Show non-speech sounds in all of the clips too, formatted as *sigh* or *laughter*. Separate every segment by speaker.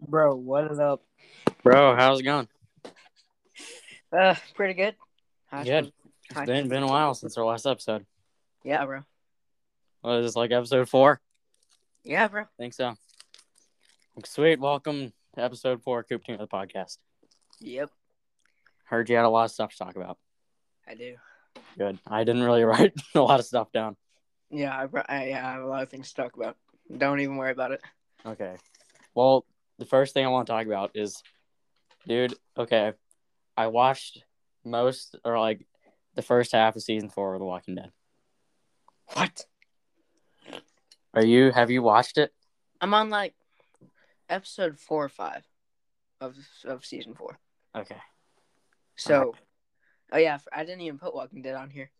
Speaker 1: Bro, what is up?
Speaker 2: Bro, how's it going?
Speaker 1: Uh, pretty good.
Speaker 2: Good. It's been, been a while since our last episode.
Speaker 1: Yeah, bro.
Speaker 2: What is this, like episode four?
Speaker 1: Yeah, bro.
Speaker 2: think so. Sweet. Welcome to episode four, Coop Team of the podcast.
Speaker 1: Yep,
Speaker 2: Heard you had a lot of stuff to talk about.
Speaker 1: I do.
Speaker 2: Good. I didn't really *laughs* write a lot of stuff down.
Speaker 1: Yeah, I, bro- I, yeah, I have a lot of things to talk about. Don't even worry about it.
Speaker 2: Okay. Well, the first thing I want to talk about is, dude, okay, I watched most or like the first half of season four of The Walking Dead.
Speaker 1: What?
Speaker 2: Are you, have you watched it?
Speaker 1: I'm on like episode four or five of of season four.
Speaker 2: Okay.
Speaker 1: So, oh yeah, I didn't even put Walking Dead on here.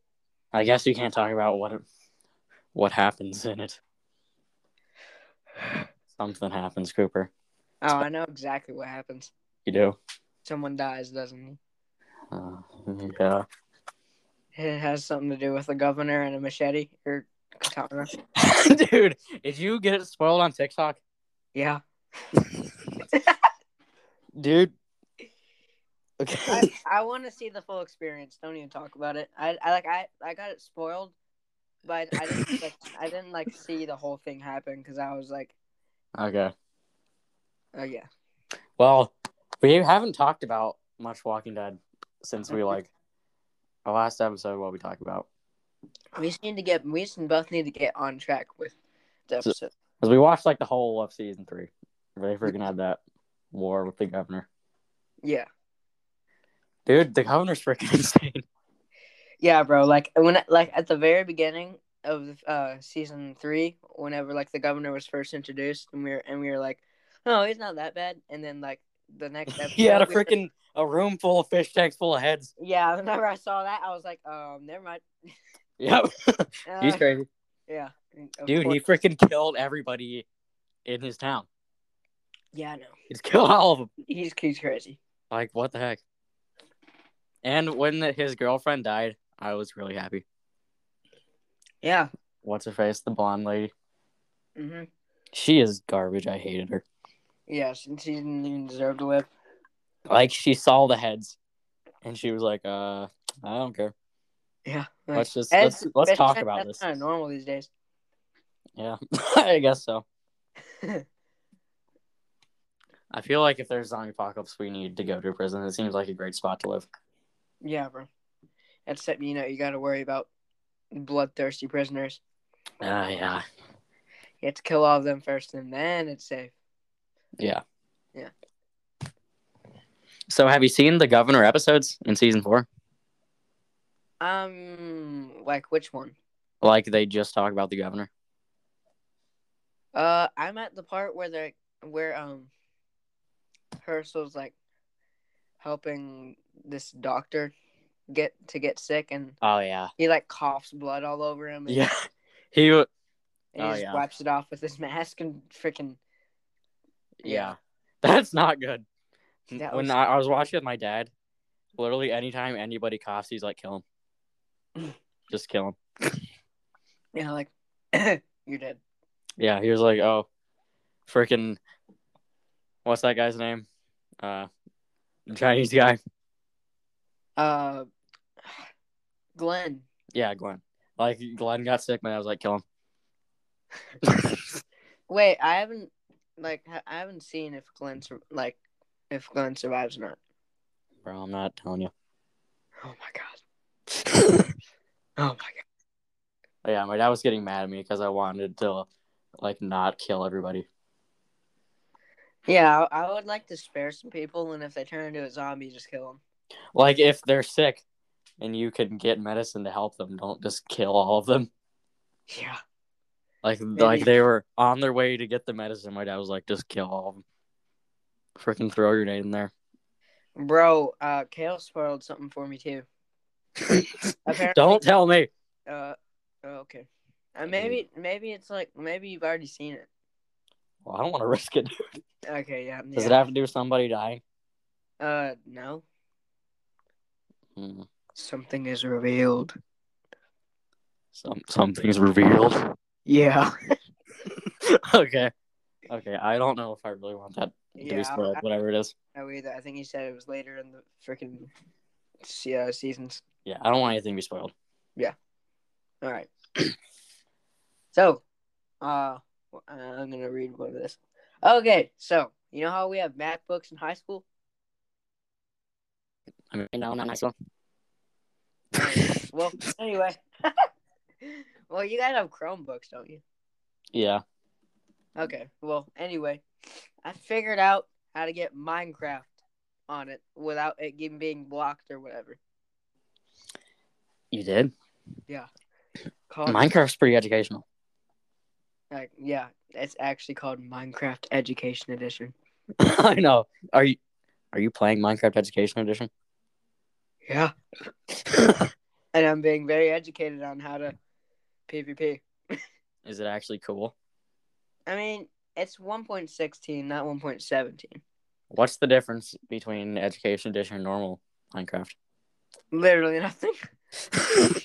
Speaker 2: I guess you can't talk about what what happens in it. Something happens, Cooper.
Speaker 1: Oh, I know exactly what happens.
Speaker 2: You do.
Speaker 1: Someone dies, doesn't
Speaker 2: Uh, yeah. *laughs*
Speaker 1: he? It has something to do with a governor and a machete or katana.
Speaker 2: Dude, did you get it spoiled on TikTok?
Speaker 1: Yeah.
Speaker 2: Dude.
Speaker 1: I,
Speaker 2: *laughs* Okay.
Speaker 1: I want to see the full experience. Don't even talk about it. I, I like I, I got it spoiled, but I
Speaker 2: *laughs*
Speaker 1: didn't like, I didn't like see the whole thing happen because I was like,
Speaker 2: Okay.
Speaker 1: oh yeah,
Speaker 2: Well, we haven't talked about much Walking Dead since we like our last episode. What we talked about
Speaker 1: we just need to get we just both need to get on track with the
Speaker 2: So-
Speaker 1: episode.
Speaker 2: because we watched like the whole of season three. They freaking had that war with the governor.
Speaker 1: Yeah,
Speaker 2: Dude, the governor's freaking *laughs* insane.
Speaker 1: yeah, bro. Like when like at the very beginning of uh season three, whenever like the governor was first introduced, and we were and we were like, oh, he's not that bad. And then like the next episode,
Speaker 2: *laughs* He had a
Speaker 1: we were-
Speaker 2: freaking a room full of fish tanks full of heads. *laughs*
Speaker 1: yeah. Whenever I saw that, I was like, um, never mind.
Speaker 2: Yep.
Speaker 1: Uh,
Speaker 2: He's crazy.
Speaker 1: Yeah. of
Speaker 2: Dude, he
Speaker 1: course.
Speaker 2: freaking killed everybody in his town.
Speaker 1: Yeah, I know.
Speaker 2: He just killed all of them.
Speaker 1: He's he's crazy.
Speaker 2: Like, what the heck? And when his girlfriend died, I was really happy.
Speaker 1: Yeah.
Speaker 2: What's her face? The blonde lady.
Speaker 1: hmm
Speaker 2: She is garbage. I hated her.
Speaker 1: Yeah, since he didn't even deserve to live.
Speaker 2: Like, she saw the heads and she was like, uh, I don't care.
Speaker 1: Yeah.
Speaker 2: Let's just,
Speaker 1: And-
Speaker 2: let's, let's
Speaker 1: but
Speaker 2: talk
Speaker 1: that-
Speaker 2: about
Speaker 1: that's
Speaker 2: this.
Speaker 1: kind of normal these days.
Speaker 2: Yeah. *laughs* I
Speaker 1: *laughs*
Speaker 2: guess so. I feel like if there's zombie apocalypse, we need to go to a prison. It seems like a great spot to live.
Speaker 1: yeah, bro. Except you know you got to worry about bloodthirsty prisoners.
Speaker 2: Ah, yeah.
Speaker 1: You have to kill all of them first, and then it's safe.
Speaker 2: Yeah.
Speaker 1: Yeah.
Speaker 2: So have you seen the governor episodes in season four?
Speaker 1: Um, like which one?
Speaker 2: Like they just talk about the governor.
Speaker 1: Uh, I'm at the part where they're where um, Herschel's like helping this doctor get to get sick, and
Speaker 2: Oh yeah.
Speaker 1: he like coughs blood all over him. And
Speaker 2: Yeah. *laughs* He w-
Speaker 1: And *laughs* he
Speaker 2: Oh,
Speaker 1: just
Speaker 2: yeah.
Speaker 1: wipes it off with his *laughs* mask and freaking.
Speaker 2: yeah. That's not good.
Speaker 1: That
Speaker 2: when
Speaker 1: was-
Speaker 2: I, I was watching with my dad, literally anytime anybody coughs, he's like, kill *laughs* him. just kill him.
Speaker 1: Yeah, like, *clears throat* you're dead.
Speaker 2: Yeah, he was like, oh, freaking, what's that guy's name? Uh, Chinese guy.
Speaker 1: Uh, *sighs* Glenn.
Speaker 2: Yeah, Glenn. Like Glenn got sick, man. I was like, kill him. *laughs*
Speaker 1: Wait, I haven't, like, ha- I haven't seen if Glenn, sur- like, if Glenn survives or not.
Speaker 2: Bro, I'm not telling you.
Speaker 1: Oh my god.
Speaker 2: *laughs*
Speaker 1: Oh my god.
Speaker 2: yeah, my dad was getting mad at me because I wanted to like not kill everybody.
Speaker 1: Yeah, I, I would like to spare some people, and if they turn into a zombie, just kill them.
Speaker 2: Like if they're sick and you can get medicine to help them, don't just kill all of them.
Speaker 1: Yeah.
Speaker 2: Like
Speaker 1: Maybe-
Speaker 2: like they were on their way to get the medicine. My dad was like, just kill all of them. Freaking throw a grenade in there.
Speaker 1: Bro, uh, Kale spoiled something for me
Speaker 2: *laughs*
Speaker 1: too. Apparently,
Speaker 2: don't tell me.
Speaker 1: Uh, oh, okay. Uh, maybe, maybe it's like maybe you've already seen it.
Speaker 2: Well, I don't want to risk it.
Speaker 1: Okay, yeah.
Speaker 2: Does
Speaker 1: yeah.
Speaker 2: it have to do with somebody dying?
Speaker 1: Uh, no.
Speaker 2: Hmm.
Speaker 1: Something is revealed.
Speaker 2: Some something's revealed. *laughs*
Speaker 1: Yeah. *laughs*
Speaker 2: okay. Okay. I don't know if I really want that three split, whatever it is.
Speaker 1: No, Oh, either. I think he said it was later in the freaking se- uh, seasons.
Speaker 2: Yeah, I don't want anything to be spoiled.
Speaker 1: All right. *clears throat* so, uh, wh- I'm gonna read one of this. Okay, so you know how we have math books in high
Speaker 2: *laughs*
Speaker 1: school?
Speaker 2: I mean, no, *laughs* not nice one.
Speaker 1: well, anyway. *laughs* well, you guys have Chromebooks, don't you?
Speaker 2: yeah,
Speaker 1: Okay. Well, anyway, I figured out how to get Minecraft on it without it getting- being blocked or whatever.
Speaker 2: you did.
Speaker 1: Called,
Speaker 2: Minecraft's pretty educational. *laughs*
Speaker 1: like, yeah, it's actually called Minecraft Education Edition.
Speaker 2: I know. Are you are you playing Minecraft Education Edition?
Speaker 1: Yeah. And I'm being very educated on how to PvP.
Speaker 2: is it actually cool?
Speaker 1: I mean, it's 1.16, not 1.17.
Speaker 2: What's the difference between Education Edition and normal Minecraft? *laughs*
Speaker 1: Literally nothing.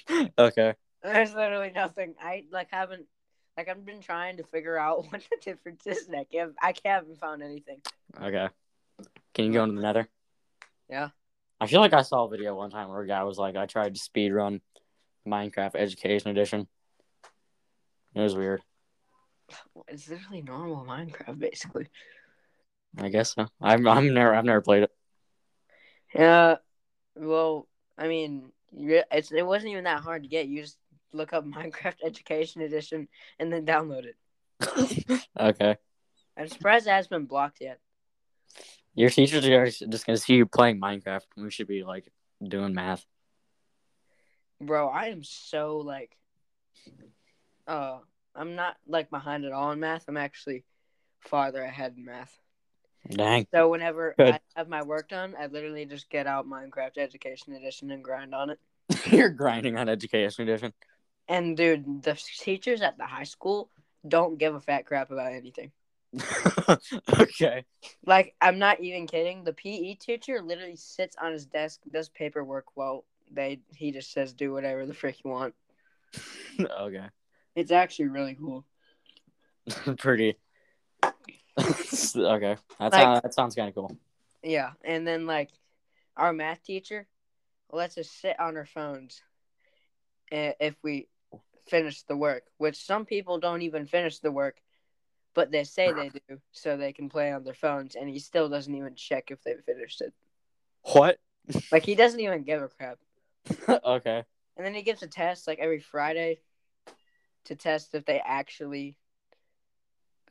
Speaker 1: *laughs*
Speaker 2: okay.
Speaker 1: There's literally nothing. I like haven't like I've been trying to figure out *laughs* what the difference is, and I can't. I haven't found anything.
Speaker 2: Okay. Can you go into the nether?
Speaker 1: Yeah.
Speaker 2: I feel like I saw a video one time where a guy was like, I tried to speed run Minecraft Education Edition. It was weird.
Speaker 1: It's literally normal Minecraft, basically.
Speaker 2: I guess so. I'm I'm never I've never played it.
Speaker 1: Yeah. Well, I mean, re- it's it wasn't even that hard to get. You just look up *laughs* Minecraft Education Edition and then download it.
Speaker 2: Okay.
Speaker 1: I'm surprised it hasn't been blocked yet.
Speaker 2: Your teachers are just gonna see you playing Minecraft. We should be like doing math.
Speaker 1: bro i am so like uh i'm not like behind at all in math i'm actually farther ahead in math
Speaker 2: Dang.
Speaker 1: so whenever
Speaker 2: Good.
Speaker 1: i have my work done i literally just get out minecraft education edition and grind on it
Speaker 2: *laughs* You're grinding on Education Edition. *laughs*
Speaker 1: and dude the teachers at the high school don't give a fat crap about anything
Speaker 2: okay.
Speaker 1: like i'm not even kidding the pe teacher literally sits on his desk does paperwork while they he just says do whatever the frick you want
Speaker 2: Okay. *laughs*
Speaker 1: it's actually really cool
Speaker 2: Pretty. *laughs* okay. That's
Speaker 1: Like-
Speaker 2: that sounds kind of cool.
Speaker 1: Yeah, and then like our math teacher lets us sit on our phones i- if we finish the work, which some people don't even finish the work, but they say they do, so they can play on their phones, and he still doesn't even check if they finished it.
Speaker 2: What?
Speaker 1: Like he doesn't even give a crap.
Speaker 2: *laughs* okay.
Speaker 1: And then he gives a test like every Friday to test if they actually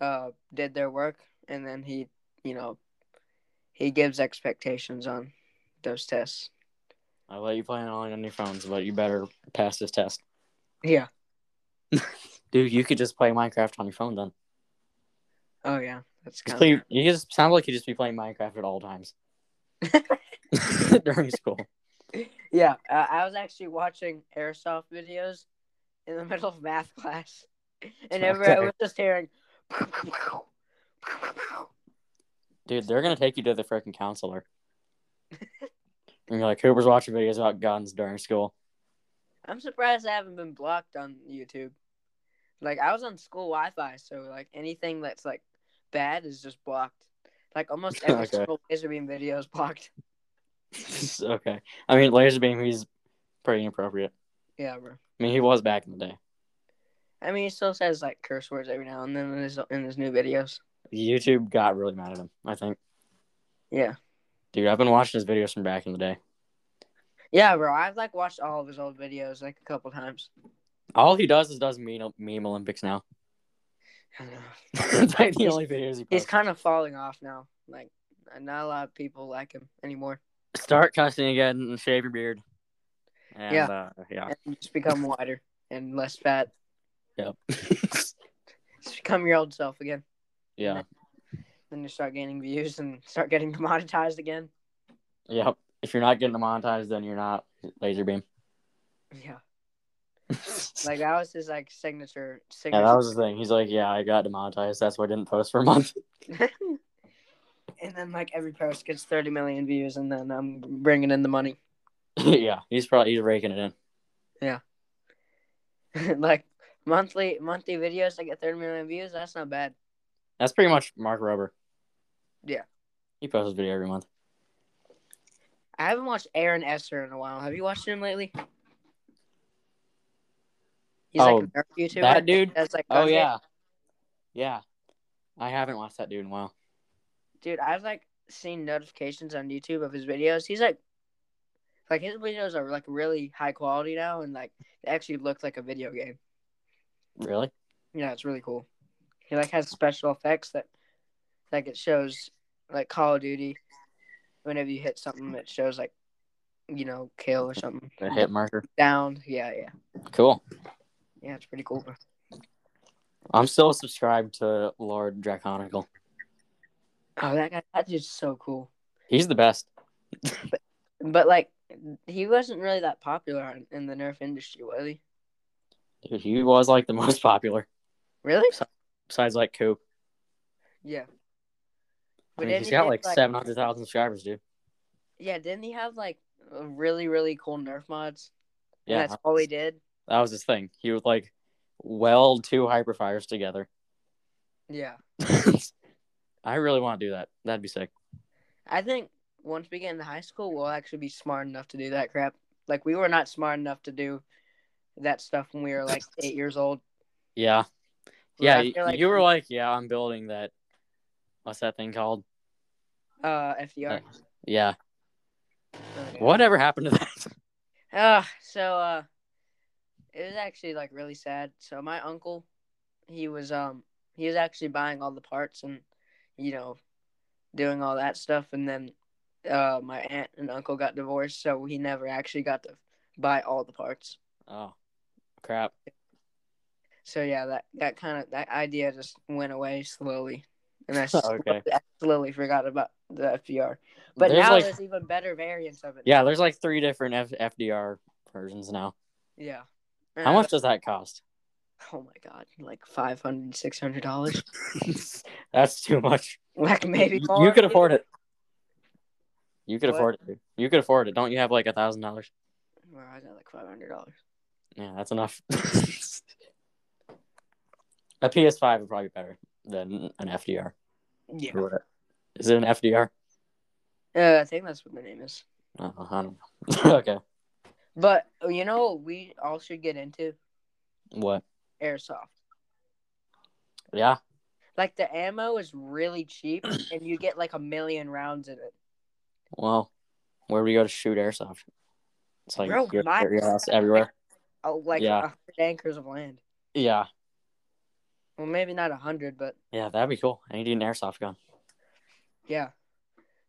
Speaker 1: uh did their work and then he, you know, he gives expectations on those tests.
Speaker 2: I let you play it only on your phones, but you better pass this test.
Speaker 1: Yeah.
Speaker 2: *laughs* Dude, you could just play Minecraft on your phone then.
Speaker 1: Oh yeah. That's
Speaker 2: Just
Speaker 1: kind
Speaker 2: play, you just sound like you just be playing Minecraft at all times *laughs* during school.
Speaker 1: *laughs* Yeah, uh, I was actually watching airsoft videos in the *laughs* middle of math class, and everyone
Speaker 2: Okay.
Speaker 1: was just hearing. *laughs*
Speaker 2: Dude, they're gonna take you to the freaking counselor. and you're like, Cooper's watching videos about guns during school. *laughs*
Speaker 1: I'm surprised I haven't been blocked on YouTube. Like I was on school Wi-Fi, so like anything that's like bad is just blocked. Like almost every
Speaker 2: Okay.
Speaker 1: single laser beam video is blocked.
Speaker 2: okay. I mean, laser beam, he's pretty inappropriate.
Speaker 1: Yeah, bro.
Speaker 2: I mean, he was back in the day.
Speaker 1: I mean, he still says like curse words every now and then in his in his new videos.
Speaker 2: YouTube got really mad at him, I think.
Speaker 1: Yeah,
Speaker 2: Dude, I've been watching his videos from back in the day.
Speaker 1: yeah, bro. I've like watched all of his old videos like a couple times.
Speaker 2: All he does is does meme, meme Olympics now. *laughs*
Speaker 1: I don't know.
Speaker 2: That's like the only videos he
Speaker 1: He's
Speaker 2: posts.
Speaker 1: kind of falling off now. Like, not a lot of people like him anymore.
Speaker 2: Start cussing again and shave your beard. And,
Speaker 1: Yeah.
Speaker 2: Uh, yeah.
Speaker 1: And you just become wider and less fat.
Speaker 2: Yep.
Speaker 1: Just become your old self again.
Speaker 2: *laughs* yeah.
Speaker 1: Then you start gaining views and start getting *laughs* commoditized again.
Speaker 2: Yep. If you're not getting monetized, then you're not laser beam. *laughs*
Speaker 1: Yeah, like that was his like signature signature.
Speaker 2: Yeah, that was his thing. He's like, yeah, I got demonetized. That's why I didn't post for a month. *laughs*
Speaker 1: and then like every post gets thirty million views, and then I'm bringing in the money. *laughs*
Speaker 2: yeah, he's probably he's raking it in.
Speaker 1: like monthly monthly videos, I get thirty million views. That's not bad.
Speaker 2: That's pretty much Mark Rober.
Speaker 1: Yeah.
Speaker 2: He posts a video every month.
Speaker 1: I haven't watched Aaron Esser in a while. Have you watched him lately? He's
Speaker 2: Oh,
Speaker 1: like a dark YouTuber.
Speaker 2: that dude?
Speaker 1: That's like
Speaker 2: Oh
Speaker 1: okay.
Speaker 2: yeah, yeah. I haven't watched that dude in a while.
Speaker 1: dude. I've like seen notifications on YouTube of his videos. He's like, like his videos are like really high quality now, and like they actually look like a video game.
Speaker 2: Really?
Speaker 1: Yeah, it's really cool. He like has special effects that, like it shows like Call of Duty. Whenever you hit something, it shows like, you know, kill or something
Speaker 2: A hit marker.
Speaker 1: down. Yeah, yeah,
Speaker 2: Cool.
Speaker 1: yeah. It's pretty cool.
Speaker 2: I'm still subscribed to Lord Draconical.
Speaker 1: Oh, that guy, that dude's so cool.
Speaker 2: He's the best.
Speaker 1: But like, he wasn't really that popular in- in the Nerf industry, was he?
Speaker 2: Dude, he was like the *laughs* most popular
Speaker 1: Really?
Speaker 2: besides like Coop.
Speaker 1: Yeah.
Speaker 2: I
Speaker 1: But
Speaker 2: mean,
Speaker 1: then
Speaker 2: he's
Speaker 1: he
Speaker 2: got
Speaker 1: did,
Speaker 2: like, 700,000 subscribers, dude.
Speaker 1: Yeah, didn't he have like really really cool Nerf mods? And
Speaker 2: Yeah,
Speaker 1: that's all he did.
Speaker 2: that was his thing. He would like weld two hyperfires together.
Speaker 1: Yeah,
Speaker 2: *laughs* I really want to do that. That'd be sick.
Speaker 1: I think once we get into high school, we'll actually be smart enough to do that crap. Like we were not smart enough to do that stuff when we were
Speaker 2: *laughs*
Speaker 1: like eight years old.
Speaker 2: Yeah.
Speaker 1: Like,
Speaker 2: Yeah.
Speaker 1: I
Speaker 2: y-
Speaker 1: feel like-
Speaker 2: you were like, yeah, I'm building that. What's that thing called?
Speaker 1: Uh, FDR.
Speaker 2: Yeah.
Speaker 1: Okay.
Speaker 2: Whatever happened to that? *laughs*
Speaker 1: Uh, so uh, it was actually like really sad. So my uncle, he was um he was actually buying all the parts and you know doing all that stuff, and then uh my aunt and uncle got divorced, so he never actually got to buy all the parts.
Speaker 2: oh, crap.
Speaker 1: So yeah, that that kind of that idea just went away slowly, and I,
Speaker 2: *laughs* Okay.
Speaker 1: I slowly forgot about the FDR. But
Speaker 2: There's,
Speaker 1: now
Speaker 2: like-
Speaker 1: there's even better variants of it.
Speaker 2: Yeah, there's like three different F- FDR versions now.
Speaker 1: yeah.
Speaker 2: How much does
Speaker 1: *laughs*
Speaker 2: that cost?
Speaker 1: Oh my god, like five hundred, six hundred dollars.
Speaker 2: That's too much.
Speaker 1: Like maybe
Speaker 2: You-
Speaker 1: more.
Speaker 2: you could afford it. You could
Speaker 1: What?
Speaker 2: afford it. Dude. You could afford it. Don't you have like a thousand dollars?
Speaker 1: Well, I got like five hundred dollars.
Speaker 2: Yeah, that's enough. *laughs* a PS5 would probably be better than an FDR.
Speaker 1: Yeah.
Speaker 2: Or what- Is it an FDR?
Speaker 1: Uh, I think that's what the name is.
Speaker 2: Uh, I don't know. *laughs* okay.
Speaker 1: But uh, you know what we all should get into?
Speaker 2: What?
Speaker 1: Airsoft.
Speaker 2: Yeah.
Speaker 1: Like the ammo is really
Speaker 2: *clears throat*
Speaker 1: cheap and you get like a million rounds in it.
Speaker 2: Well, where do we go to shoot airsoft? It's like
Speaker 1: Bro,
Speaker 2: your,
Speaker 1: my-
Speaker 2: your house everywhere.
Speaker 1: Oh like
Speaker 2: Yeah.
Speaker 1: a hundred acres of land.
Speaker 2: Yeah.
Speaker 1: Well maybe not a hundred, but
Speaker 2: Yeah, that'd be cool. I need an airsoft gun.
Speaker 1: yeah.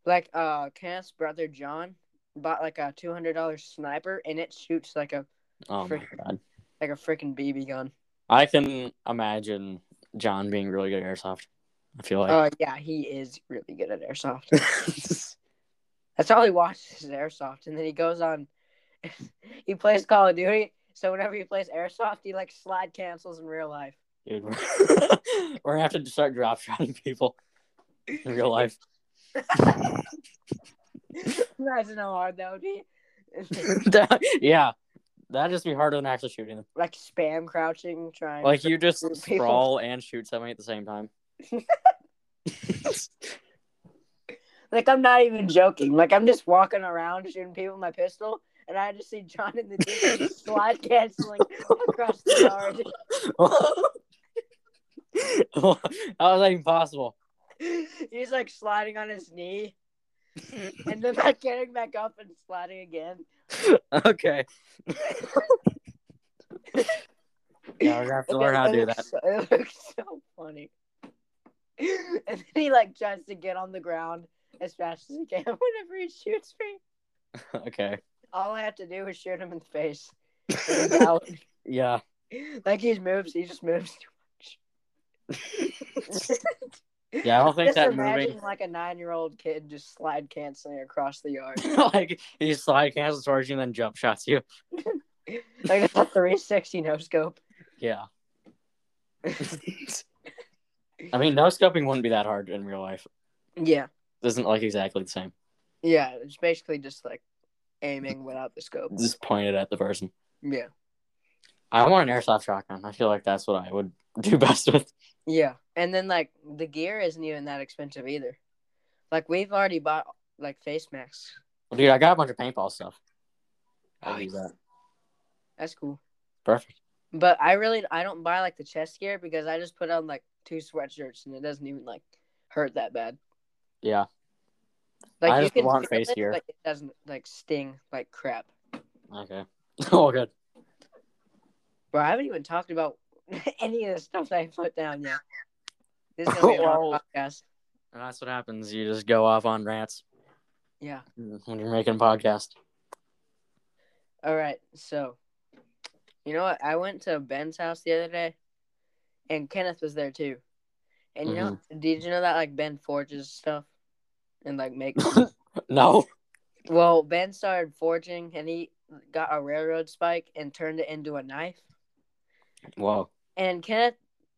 Speaker 1: Like uh Kenneth's brother John bought like a two hundred dollar sniper and it shoots like a
Speaker 2: Oh my
Speaker 1: Frick.
Speaker 2: god.
Speaker 1: like a freaking BB gun.
Speaker 2: I can imagine John being really good at airsoft. I feel like.
Speaker 1: Uh yeah, he is really good at airsoft. *laughs* That's all he watches is airsoft, and then he goes on. *laughs* he plays Call of Duty, so whenever he plays airsoft, he like slide cancels in real life.
Speaker 2: *laughs* Dude, we're, we're gonna have to start drop shotting people in real life.
Speaker 1: Imagine how hard that would
Speaker 2: *laughs*
Speaker 1: be. *laughs*
Speaker 2: yeah, that'd just be harder than actually shooting them.
Speaker 1: like spam crouching, trying.
Speaker 2: Like you just
Speaker 1: People.
Speaker 2: sprawl and shoot somebody at the same time.
Speaker 1: like I'm not even joking. Like I'm just walking around shooting people with my pistol, and I just see John in the distance
Speaker 2: *laughs*
Speaker 1: slide canceling across the yard.
Speaker 2: How is that even possible?
Speaker 1: *laughs* He's like sliding on his
Speaker 2: *laughs*
Speaker 1: knee, and then like getting back up and sliding again.
Speaker 2: Okay. Yeah, we're gonna have to learn how to do that.
Speaker 1: *laughs* It looks so funny. And then he like tries to get on the ground as fast as he can *laughs* whenever he shoots me.
Speaker 2: Okay.
Speaker 1: All I have to do is shoot him in the face. And he's out.
Speaker 2: Yeah.
Speaker 1: *laughs* like he moves, he just moves too much.
Speaker 2: Yeah, I don't think
Speaker 1: just
Speaker 2: that
Speaker 1: imagine
Speaker 2: moving
Speaker 1: like a nine year old kid just slide canceling across the yard.
Speaker 2: *laughs* like he slide cancels towards you and then jump shots you.
Speaker 1: like that's a three sixty no scope. *laughs*
Speaker 2: Yeah. I mean, no scoping wouldn't be that hard in real life.
Speaker 1: Yeah.
Speaker 2: It isn't like exactly the same.
Speaker 1: Yeah. It's basically just like aiming without the scope.
Speaker 2: Just point it at the person.
Speaker 1: Yeah.
Speaker 2: I want an airsoft shotgun. I feel like that's what I would do *laughs* best with.
Speaker 1: Yeah, and then like the gear isn't even that expensive either. Like we've already bought like face masks.
Speaker 2: Well, dude, I got a bunch of paintball stuff. I'll
Speaker 1: Oh,
Speaker 2: use that.
Speaker 1: That's cool.
Speaker 2: Perfect.
Speaker 1: But I really I don't buy like the chest gear because I just put on like two sweatshirts and it doesn't even like hurt that bad.
Speaker 2: Yeah.
Speaker 1: Like
Speaker 2: I
Speaker 1: you
Speaker 2: just
Speaker 1: can
Speaker 2: want
Speaker 1: feel
Speaker 2: face
Speaker 1: it,
Speaker 2: gear.
Speaker 1: but it doesn't like sting like crap.
Speaker 2: Okay. *laughs* All good.
Speaker 1: Bro, I haven't even talked about *laughs* any of the stuff that I put down yet. This is gonna be a long
Speaker 2: *laughs* Well-
Speaker 1: podcast.
Speaker 2: And that's what happens. You just go off on rants
Speaker 1: Yeah.
Speaker 2: when you're making a podcast.
Speaker 1: All right, so you know what? I went to Ben's house the other day, and Kenneth was there too. And you know, did you know that like Ben forges stuff and like makes?
Speaker 2: *laughs* No.
Speaker 1: well, Ben started forging, and he got a railroad spike and turned it into a knife.
Speaker 2: Whoa.
Speaker 1: And Kenneth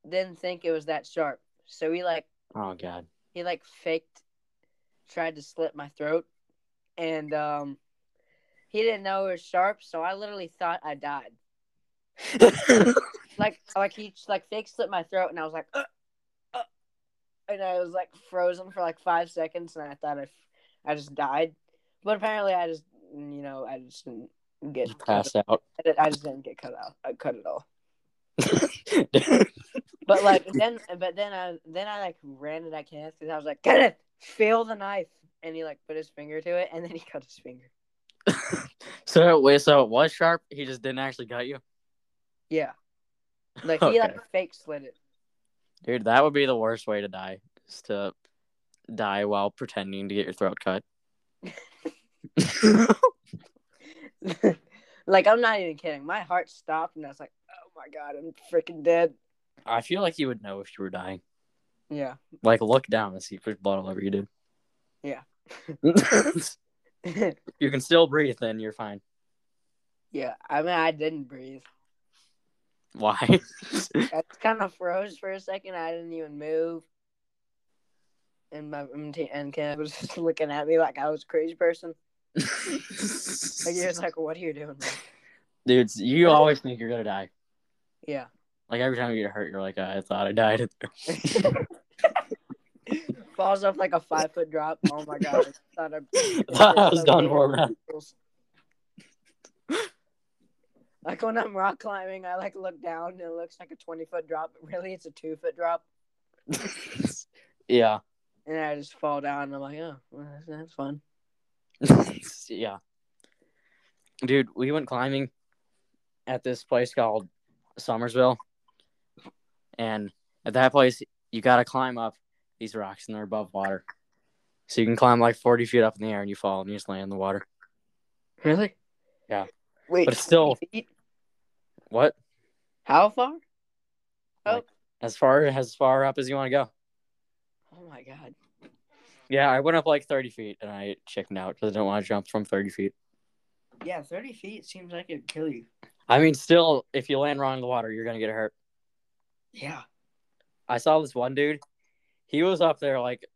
Speaker 1: didn't think it was that sharp, so he like
Speaker 2: Oh *laughs* god.
Speaker 1: he like faked, tried to slit my throat, and um, he didn't know it was sharp, so I literally thought I died. like oh, like he just, like fake slit my throat and I was like "Ugh, ugh," and I was like frozen for like five seconds and I thought I, I just died but apparently I just mm, you know I just didn't get cut,
Speaker 2: Passed out. *laughs*
Speaker 1: I just didn't get cut out I cut it all but like then but then I then I like ran it at Kenneth because I was like Kenneth feel the knife and he like put his finger to it and then he cut his finger
Speaker 2: so wait, so it was sharp. He just didn't actually cut you,
Speaker 1: yeah like he like fake slit it
Speaker 2: dude. That would be the worst way to die. Is to die while pretending to get your throat *laughs* cut.
Speaker 1: *laughs* like I'm not even kidding my heart stopped and I was like oh my god I'm freaking dead
Speaker 2: I feel like you would know if you were dying.
Speaker 1: yeah
Speaker 2: Like look down and see if there's blood all over you, dude. *laughs*
Speaker 1: Yeah.
Speaker 2: you can still breathe, then you're fine.
Speaker 1: *laughs* yeah, I mean, I didn't breathe.
Speaker 2: Why?
Speaker 1: I kind of froze for a second. I didn't even move. And my and T- and Ken was *laughs* just looking at me like I was a crazy person. Like he was like, "What are you doing?" *laughs* man?"
Speaker 2: Dude, you always think you're gonna die.
Speaker 1: Yeah.
Speaker 2: Like every time you get hurt, you're like, I thought I died. *laughs*
Speaker 1: Falls off like a five foot drop. Oh my god! I thought I,
Speaker 2: *laughs* I was done for, man.
Speaker 1: Like when I'm rock climbing, I like look down and it looks like a twenty foot drop, but really it's a two foot drop.
Speaker 2: *laughs* yeah.
Speaker 1: And I just fall down. And I'm like, oh, well, that's, that's fun.
Speaker 2: yeah. Dude, we went climbing at this place called Somersville. And at that place, you got to climb up these rocks and they're above water. So you can climb like 40 feet up in the air and you fall and you just land in the water.
Speaker 1: Really?
Speaker 2: Yeah.
Speaker 1: Wait,
Speaker 2: But it's still-
Speaker 1: feet?
Speaker 2: What?
Speaker 1: How far?
Speaker 2: As far as far up as you want to go.
Speaker 1: Oh my god.
Speaker 2: Yeah, I went up like 30 feet and I chickened out because I didn't want to jump from 30 feet.
Speaker 1: Yeah, thirty feet seems like it'd kill you.
Speaker 2: I mean, still, if you land wrong in the water, you're going to get hurt.
Speaker 1: Yeah.
Speaker 2: I saw this one dude. He was up there like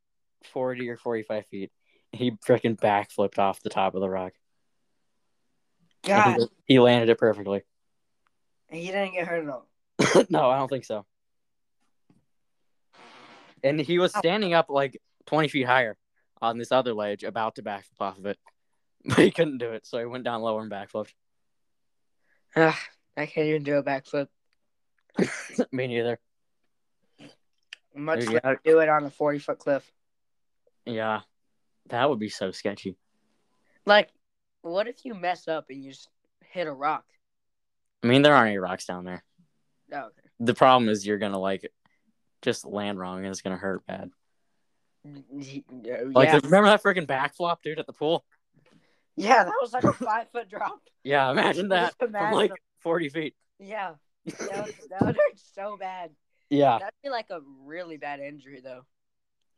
Speaker 2: 40 or 45 feet. He freaking backflipped off the top of the rock. And
Speaker 1: God,
Speaker 2: He, he landed it perfectly. *clears throat*
Speaker 1: and he didn't get hurt at all.
Speaker 2: no, I don't think so. And he was standing up like 20 feet higher on this other ledge, about to backflip off of it. *laughs* But he couldn't do it. So he went down lower and backflipped. *laughs*
Speaker 1: Ugh, I can't even do a backflip.
Speaker 2: Me neither.
Speaker 1: Much
Speaker 2: Dude,
Speaker 1: less
Speaker 2: yeah.
Speaker 1: do it on a forty foot cliff.
Speaker 2: Yeah. That would be so sketchy.
Speaker 1: Like, what if you mess up and you just hit a rock?
Speaker 2: I mean, there aren't any rocks down there.
Speaker 1: Oh, okay.
Speaker 2: The problem is you're going to like just land wrong and it's going to hurt bad.
Speaker 1: Yeah.
Speaker 2: Like, the- remember that freaking backflop, dude, at the pool?
Speaker 1: yeah, that was like
Speaker 2: *laughs*
Speaker 1: a five foot drop.
Speaker 2: Yeah, *laughs* imagine that
Speaker 1: Just
Speaker 2: from
Speaker 1: imagine
Speaker 2: like
Speaker 1: a-
Speaker 2: 40 feet.
Speaker 1: yeah, that would, that would hurt so bad.
Speaker 2: *laughs* Yeah.
Speaker 1: That'd be like a really bad injury, though.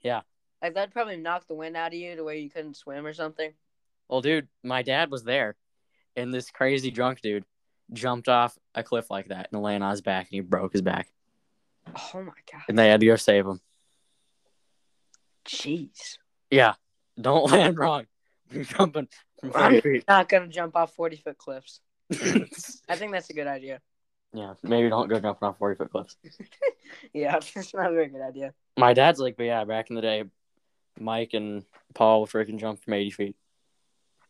Speaker 2: Yeah.
Speaker 1: Like that'd probably knock the wind out of you to where you couldn't swim or something.
Speaker 2: Well, dude, my dad was there, and this crazy drunk dude jumped off a cliff like that and landed on his back, and he broke his back.
Speaker 1: Oh my god.
Speaker 2: And they had to go save him.
Speaker 1: Jeez.
Speaker 2: Yeah. Don't *laughs* land wrong. You're jumping *laughs* from 40 feet.
Speaker 1: Not gonna jump off forty foot cliffs. I
Speaker 2: yeah,
Speaker 1: think that's a good idea.
Speaker 2: maybe don't go jumping off 40 foot cliffs.
Speaker 1: Yeah, *laughs* that's not a very good idea.
Speaker 2: My dad's like, but yeah, back in the day, Mike and Paul freaking jumped from 80 feet.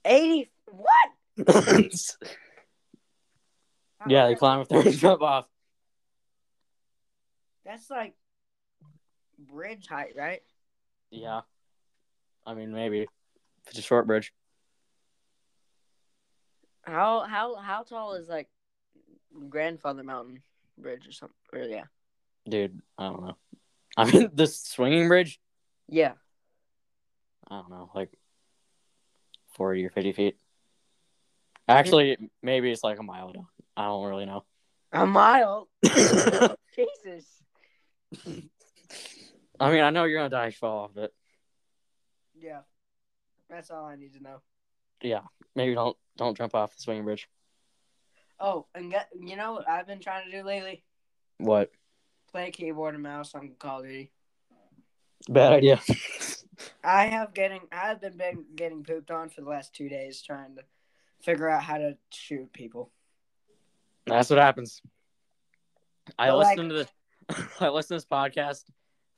Speaker 1: 80 what?
Speaker 2: yeah,
Speaker 1: Oh,
Speaker 2: they climbed up there and jump off.
Speaker 1: That's like bridge height, right?
Speaker 2: Yeah. I mean, maybe. If it's a short bridge.
Speaker 1: How how how tall is like grandfather mountain bridge or something? Or yeah.
Speaker 2: Dude, I don't know. I mean, *laughs* the swinging bridge,
Speaker 1: Yeah.
Speaker 2: I don't know, like 40 or 50 feet. Actually, maybe it's like a mile down. I don't really know.
Speaker 1: A mile. *coughs* Jesus.
Speaker 2: I mean, I know you're going to die if you fall off it.
Speaker 1: Yeah. That's all I need to know.
Speaker 2: Yeah, maybe don't don't jump off the swinging bridge.
Speaker 1: Oh, and get, you know what I've been trying to do lately?
Speaker 2: What?
Speaker 1: Play keyboard and mouse on Call of Duty.
Speaker 2: Bad idea. *laughs*
Speaker 1: I have getting I've been, been getting pooped on for the last two days trying to figure out how to shoot people.
Speaker 2: That's what happens. I
Speaker 1: But, like-
Speaker 2: listened to the *laughs* I listened to this podcast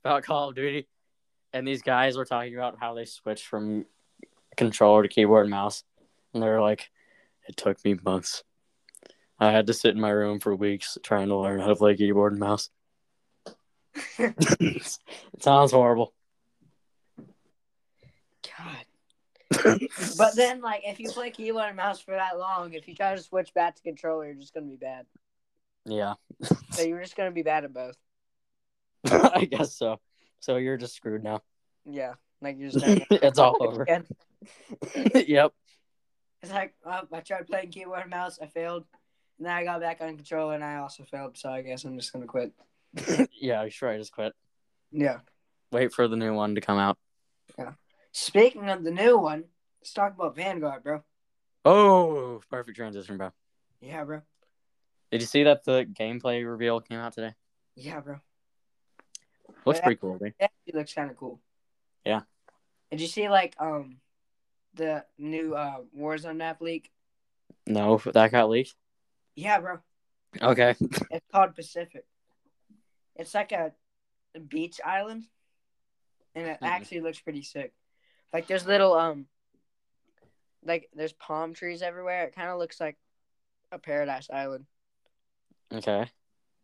Speaker 2: about Call of Duty, and these guys were talking about how they switched from controller to keyboard and mouse, and they were like, "It took me months. I had to sit in my room for weeks trying to learn how to play keyboard
Speaker 1: *laughs*
Speaker 2: and mouse." *laughs* it sounds horrible.
Speaker 1: God. But then like if you play keyboard and mouse for that long, if you try to switch back to controller, you're just gonna be bad.
Speaker 2: yeah, *laughs*
Speaker 1: So you're just gonna be bad at both.
Speaker 2: I guess so. So you're just screwed now. *laughs*
Speaker 1: Yeah. Like you're just never
Speaker 2: it's *laughs* all
Speaker 1: *laughs*
Speaker 2: over.
Speaker 1: again.
Speaker 2: yep.
Speaker 1: It's like oh, I tried playing keyboard and mouse, I failed. And then I got back on controller and I also failed, so I guess I'm just gonna quit.
Speaker 2: Yeah, sure. I just quit.
Speaker 1: Yeah.
Speaker 2: Wait for the new one to come out.
Speaker 1: Speaking of the new one, let's talk about Vanguard, bro.
Speaker 2: Oh, perfect transition, bro.
Speaker 1: Yeah, bro.
Speaker 2: Did you see that the gameplay reveal came out today?
Speaker 1: Yeah, bro.
Speaker 2: Looks
Speaker 1: Yeah.
Speaker 2: pretty cool, dude.
Speaker 1: It actually looks kind of cool.
Speaker 2: Yeah.
Speaker 1: Did you see like um the new uh Warzone map leak?
Speaker 2: No, that got leaked.
Speaker 1: Yeah, bro.
Speaker 2: Okay.
Speaker 1: It's called Pacific. It's like a a beach island, and it
Speaker 2: Mhm.
Speaker 1: actually looks pretty sick. Like there's little um, like there's palm trees everywhere. It kind of looks like a paradise island,
Speaker 2: Okay.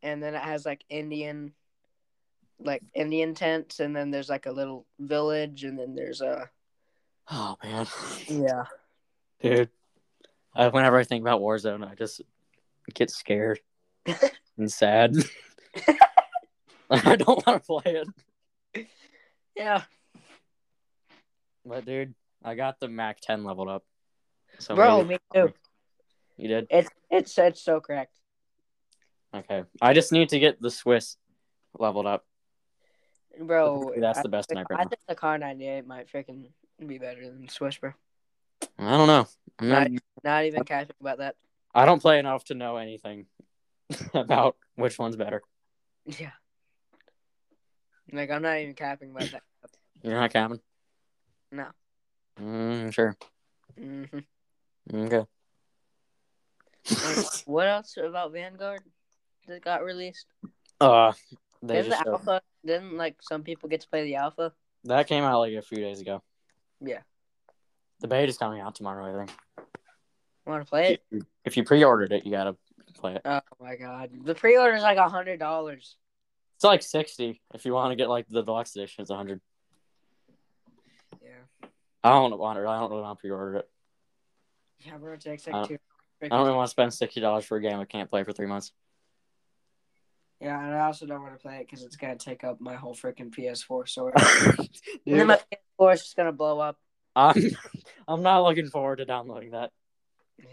Speaker 1: and then it has like Indian, like Indian tents, and then there's like a little village, and then there's a
Speaker 2: Oh man,
Speaker 1: yeah.
Speaker 2: *laughs* dude. I, whenever I think about Warzone, I just get
Speaker 1: *laughs*
Speaker 2: scared and *laughs* sad. I don't want to play it.
Speaker 1: Yeah,
Speaker 2: But dude, I got the Mac 10 leveled up. So
Speaker 1: bro,
Speaker 2: maybe-
Speaker 1: me too.
Speaker 2: you did.
Speaker 1: It's it's it's so correct.
Speaker 2: Okay. I just need to get the Swiss leveled up.
Speaker 1: Bro,
Speaker 2: That's
Speaker 1: Oh, I-
Speaker 2: the best sniper.
Speaker 1: I think the car 98 might freaking be better than Swiss, bro.
Speaker 2: I don't know. I'm not,
Speaker 1: Not even capping about that. *laughs*
Speaker 2: I don't play enough to know anything *laughs* about which one's better.
Speaker 1: Yeah. Like, I'm not even capping about that.
Speaker 2: You're not capping?
Speaker 1: No.
Speaker 2: Mm, sure.
Speaker 1: hmm
Speaker 2: Okay.
Speaker 1: what else about Vanguard that got released?
Speaker 2: *laughs* uh, they
Speaker 1: Didn't
Speaker 2: just
Speaker 1: the
Speaker 2: showed-
Speaker 1: alpha, didn't like some people get to play the alpha?
Speaker 2: that came out like a few days ago.
Speaker 1: Yeah.
Speaker 2: The beta's coming out tomorrow, I think.
Speaker 1: Want to play it?
Speaker 2: If you pre-ordered it, you gotta play it.
Speaker 1: Oh my god. The pre order is like a $100.
Speaker 2: It's like sixty if you want to get like the deluxe edition. It's hundred.
Speaker 1: Yeah.
Speaker 2: I don't want it. I don't really want to pre-order it.
Speaker 1: Yeah, bro, it takes
Speaker 2: I
Speaker 1: like
Speaker 2: don't-
Speaker 1: two.
Speaker 2: I don't really want to spend sixty dollars for a game I can't play for three months.
Speaker 1: Yeah, and I also don't want to play it because it's going to take up my whole freaking PS4
Speaker 2: *laughs*
Speaker 1: storage. and *laughs* then
Speaker 2: Dude,
Speaker 1: my PS4 is just going to blow up.
Speaker 2: I'm, *laughs* I'm not looking forward to downloading that.
Speaker 1: Yeah.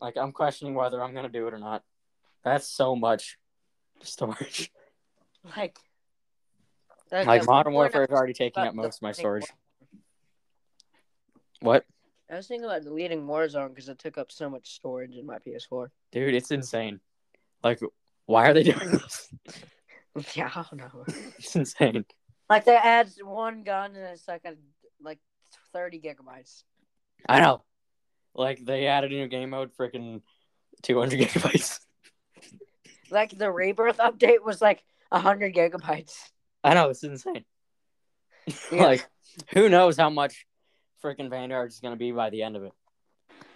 Speaker 2: Like I'm questioning whether I'm gonna do it or not. That's so much *laughs* storage.
Speaker 1: Like,
Speaker 2: Like Modern
Speaker 1: we're
Speaker 2: Warfare
Speaker 1: not-
Speaker 2: is already taking
Speaker 1: about
Speaker 2: up most of my
Speaker 1: deleting
Speaker 2: storage. What?
Speaker 1: I was thinking about deleting Warzone because it took up so much storage in my PS4.
Speaker 2: Dude, it's insane. Like why are they *laughs* doing this?
Speaker 1: *laughs* Yeah, I don't know.
Speaker 2: It's insane.
Speaker 1: like that adds one gun and it's like a like thirty gigabytes.
Speaker 2: I know. Like they added a new game mode, freaking two hundred gigabytes. *laughs*
Speaker 1: Like the Rebirth
Speaker 2: *laughs*
Speaker 1: update was like hundred gigabytes.
Speaker 2: I know, it's insane.
Speaker 1: Yeah.
Speaker 2: Like who knows how much freaking Vanguard is going to be by the end of it?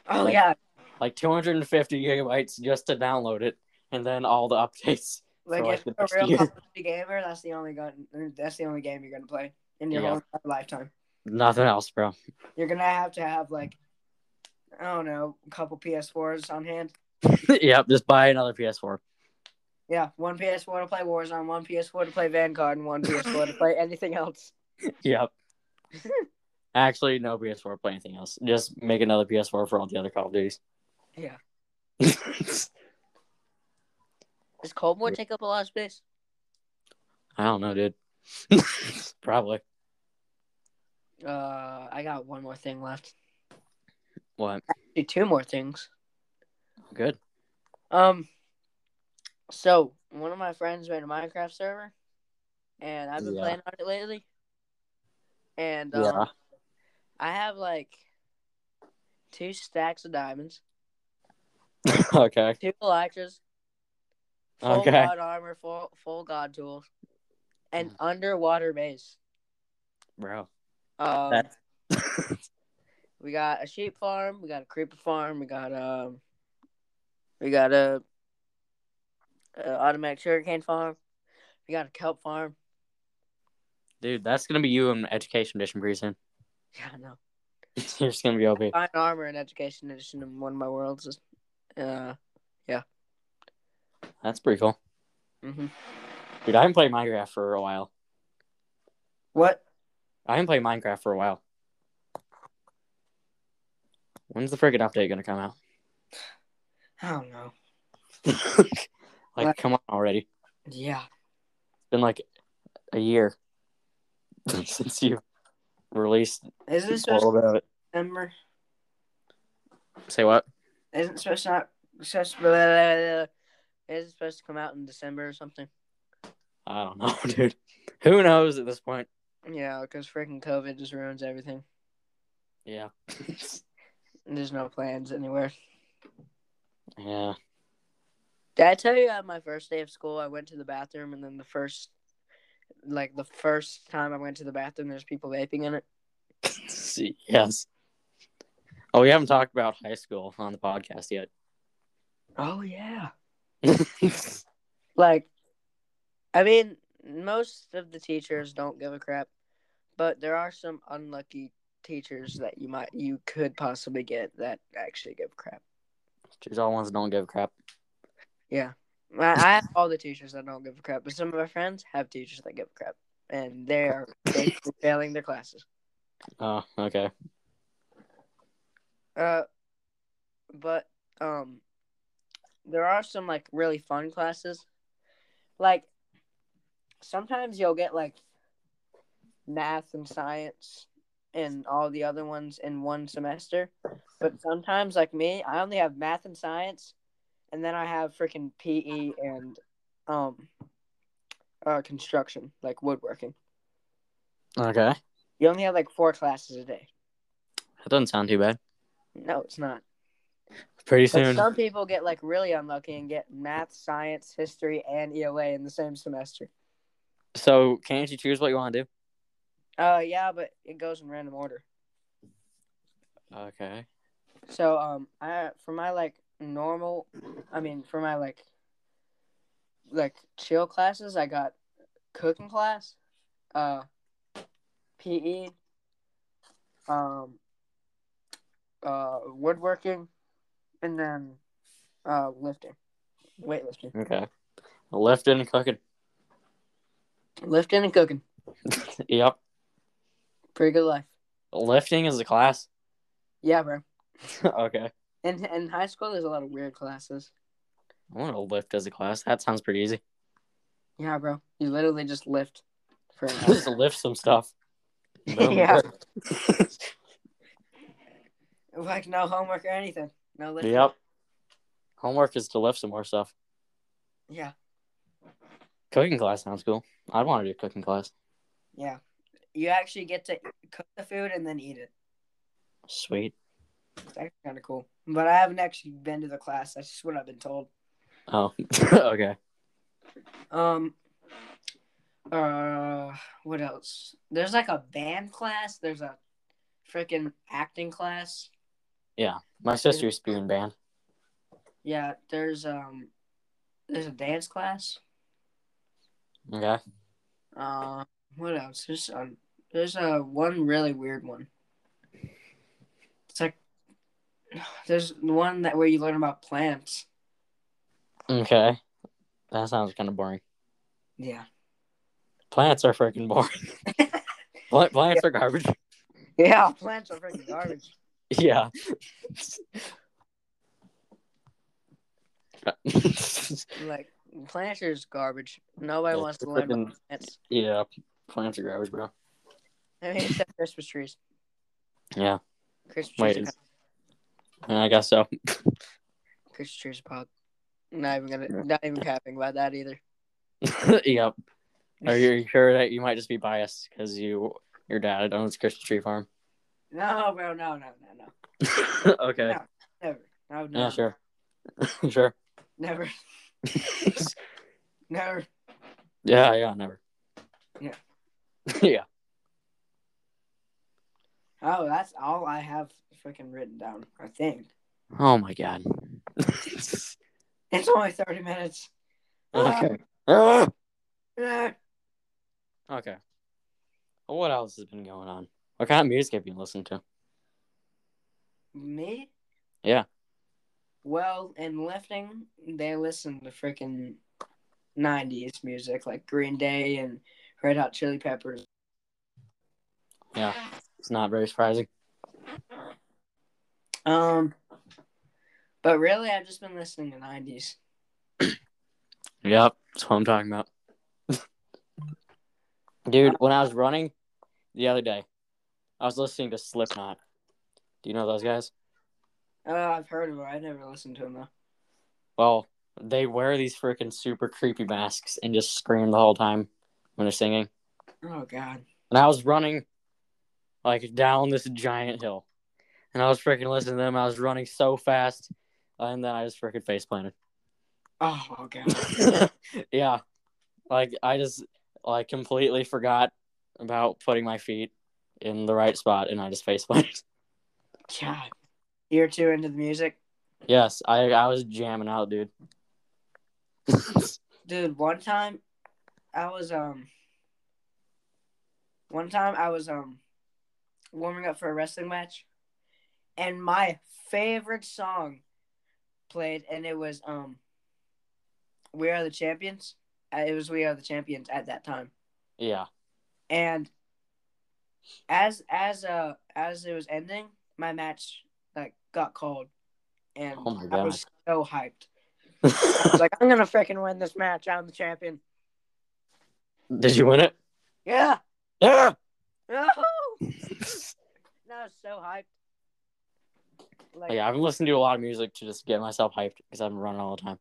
Speaker 1: Oh
Speaker 2: Like-
Speaker 1: yeah,
Speaker 2: Like 250 gigabytes just to download it, and then all the updates.
Speaker 1: like
Speaker 2: for, like,
Speaker 1: if
Speaker 2: the
Speaker 1: you're a
Speaker 2: next
Speaker 1: real
Speaker 2: year.
Speaker 1: Call of Duty gamer, that's the only gun. That's the only game you're gonna play in your
Speaker 2: Yeah.
Speaker 1: whole entire lifetime.
Speaker 2: Nothing else, bro. *laughs*
Speaker 1: You're gonna have to have like, I don't know, a couple PS4s on hand.
Speaker 2: yep, just buy another PS4.
Speaker 1: Yeah, one PS4 to play Warzone, one PS4 to play Vanguard, and one PS4 to
Speaker 2: *laughs*
Speaker 1: play anything else.
Speaker 2: Yep. Actually, no PS4 play anything else. Just make another PS4 for all the other Call of Duties. *laughs*
Speaker 1: Yeah.
Speaker 2: I
Speaker 1: Does Cold War take up a lot of space?
Speaker 2: don't know, dude. *laughs* Probably.
Speaker 1: Uh, I got one more thing left.
Speaker 2: What?
Speaker 1: Actually, two more things.
Speaker 2: Good.
Speaker 1: Um, so one of my friends made a Minecraft server, and I've been
Speaker 2: Yeah.
Speaker 1: playing on it lately. And um, I have like two stacks of diamonds,
Speaker 2: Yeah. *laughs* okay.
Speaker 1: two elytras, full
Speaker 2: Okay.
Speaker 1: god armor, full full god tools, and
Speaker 2: Mm.
Speaker 1: underwater base.
Speaker 2: Bro.
Speaker 1: Um,
Speaker 2: That's-
Speaker 1: *laughs* we got a sheep farm, we got a creeper farm, we got um, we got a, a automatic sugarcane farm, we got a kelp farm. *laughs*
Speaker 2: Dude, that's gonna be you in education edition pretty soon. *laughs*
Speaker 1: Yeah, I know.
Speaker 2: You're just gonna be OP.
Speaker 1: Fine armor and education edition in one of my worlds. Is, uh,
Speaker 2: That's pretty cool.
Speaker 1: mhm.
Speaker 2: Dude, I haven't played Minecraft for a while.
Speaker 1: what?
Speaker 2: I haven't played Minecraft for a while. When's the freaking update gonna come out? *laughs*
Speaker 1: I don't know.
Speaker 2: like, come on already. It's
Speaker 1: Yeah,
Speaker 2: been like a year *laughs* since you released
Speaker 1: is
Speaker 2: a
Speaker 1: this supposed
Speaker 2: little bit of it.
Speaker 1: September?
Speaker 2: Say what?
Speaker 1: Isn't supposed to not supposed to, blah, blah, blah, blah. Is it supposed to come out in December or something?
Speaker 2: I don't know, *laughs* dude. Who knows at this point?
Speaker 1: Yeah, because freaking COVID just ruins everything.
Speaker 2: Yeah. *laughs*
Speaker 1: There's no plans anywhere.
Speaker 2: yeah. *laughs*
Speaker 1: Did I tell you on my first day of school, I went to the bathroom, and then the first, like the first time I went to the bathroom, there's people vaping in it.
Speaker 2: yes. Oh, we haven't talked about high school on the podcast yet. *laughs*
Speaker 1: Oh yeah. Like, I mean, most of the teachers don't give a crap, but there are some unlucky teachers that you might you could possibly get that actually give a crap.
Speaker 2: Just all ones that don't give a crap.
Speaker 1: I, I have all the teachers that don't give a crap, but some of my friends have teachers that give a crap, and they are basically failing their classes.
Speaker 2: Oh, okay.
Speaker 1: Uh, but um, there are some like really fun classes. Like sometimes you'll get like math and science and all the other ones in one semester, but sometimes like me, I only have math and science, and then I have freaking PE and um, uh, construction like woodworking.
Speaker 2: Okay. That
Speaker 1: You only have like four classes a day.
Speaker 2: doesn't sound too bad.
Speaker 1: No, it's not.
Speaker 2: Pretty
Speaker 1: But
Speaker 2: soon.
Speaker 1: some people get like really unlucky and get math, science, history, and ELA in the same semester.
Speaker 2: So, can't you choose what you want to do?
Speaker 1: Uh, yeah, but it goes in random order.
Speaker 2: Okay.
Speaker 1: So um, I for my like normal, I mean for my like like chill classes, I got cooking class, uh, PE, um, uh, woodworking, and then uh, lifting, weightlifting,
Speaker 2: Okay. Lifting and cooking.
Speaker 1: lifting and cooking.
Speaker 2: Yep.
Speaker 1: Pretty good life.
Speaker 2: Lifting is a class. *laughs*
Speaker 1: Yeah, bro.
Speaker 2: okay.
Speaker 1: In in high school, there's a lot of weird classes.
Speaker 2: I want to lift as a class. That sounds pretty easy.
Speaker 1: Yeah, bro. You literally just lift for an hour.
Speaker 2: Just lift some stuff.
Speaker 1: Yeah. like no homework or anything. No lift.
Speaker 2: *laughs* yep. Homework is to lift some more stuff.
Speaker 1: Yeah.
Speaker 2: Cooking class sounds cool. I'd want to do cooking class.
Speaker 1: Yeah. You actually get to cook the food and then eat it.
Speaker 2: Sweet.
Speaker 1: It's actually kind of cool. But I haven't actually been to the class. That's just
Speaker 2: *laughs*
Speaker 1: what I've been told.
Speaker 2: Oh, okay.
Speaker 1: Um, Uh, what else? There's like a band class. There's a freaking acting class.
Speaker 2: Yeah, my sister used to be in band.
Speaker 1: Yeah, there's um, there's a dance class.
Speaker 2: Okay.
Speaker 1: Uh, what else? There's a there's a one really weird one. It's like *sighs* there's one that where you learn about plants.
Speaker 2: Okay. That sounds kind of boring.
Speaker 1: Yeah.
Speaker 2: Plants are freaking boring. *laughs* Pla- Plants are garbage. *laughs*
Speaker 1: Yeah, plants are freaking garbage.
Speaker 2: Yeah. *laughs*
Speaker 1: Like plants are just garbage. Nobody
Speaker 2: Yeah,
Speaker 1: wants to
Speaker 2: they're
Speaker 1: learn about
Speaker 2: freaking-
Speaker 1: plants. *laughs*
Speaker 2: yeah. Plants are garbage, bro.
Speaker 1: I mean, except Christmas trees.
Speaker 2: Yeah.
Speaker 1: Christmas
Speaker 2: Wait,
Speaker 1: trees. are
Speaker 2: is- yeah, Uh, I guess so. *laughs*
Speaker 1: Christmas trees are pog. Not even gonna, not even capping about that either.
Speaker 2: yep. Are you sure that you might just be biased because you your dad owns Christmas Tree Farm?
Speaker 1: No, bro, no, no, no, no,
Speaker 2: *laughs* okay.
Speaker 1: Yeah. never. I would
Speaker 2: Yeah,
Speaker 1: never,
Speaker 2: sure. *laughs* sure.
Speaker 1: never, *laughs* never.
Speaker 2: yeah, yeah, never.
Speaker 1: Yeah.
Speaker 2: *laughs* yeah.
Speaker 1: Oh, that's all I have freaking written down. I think *laughs*
Speaker 2: Oh my *laughs* god.
Speaker 1: it's only thirty minutes.
Speaker 2: okay. Ah!
Speaker 1: Eh,
Speaker 2: okay. What else has been going on? What kind of music have you been listening to?
Speaker 1: me?
Speaker 2: Yeah.
Speaker 1: Well, in lifting, they listen to freaking '90s music like Green Day and Red Hot Chili Peppers.
Speaker 2: Yeah. It's not very surprising.
Speaker 1: Um, but really, I've just been listening to '90s.
Speaker 2: Yep, that's what I'm talking about. *laughs* Dude, when I was running the other day, I was listening to Slipknot. Do you know those guys?
Speaker 1: Uh, I've heard of them. I never listened to them though.
Speaker 2: Well, they wear these freaking super creepy masks and just scream the whole time when they're singing.
Speaker 1: Oh God.
Speaker 2: And I was running like down this giant hill. And I was freaking listening to them. I was running so fast. And then I just freaking face planted.
Speaker 1: Oh God. *laughs*
Speaker 2: *laughs* yeah. Like I just like completely forgot about putting my feet in the right spot and I just face planted. *laughs*
Speaker 1: God. Year two into the music.
Speaker 2: yes, I I was jamming out, dude. *laughs*
Speaker 1: Dude, one time I was um one time I was um warming up for a wrestling match and my favorite song played and it was um We Are the Champions. Uh, It was We Are the Champions at that time.
Speaker 2: yeah. *laughs*
Speaker 1: And as as uh as it was ending, my match like got called and
Speaker 2: Oh my
Speaker 1: I
Speaker 2: God.
Speaker 1: was so hyped. like, I'm gonna freaking win this match. I'm the champion.
Speaker 2: Did you win it?
Speaker 1: Yeah.
Speaker 2: Yeah.
Speaker 1: *laughs*
Speaker 2: *laughs*
Speaker 1: No. no, it's so hyped. Like,
Speaker 2: Oh, yeah, I've been listening to a lot of music to just get myself hyped because I've been running all the time.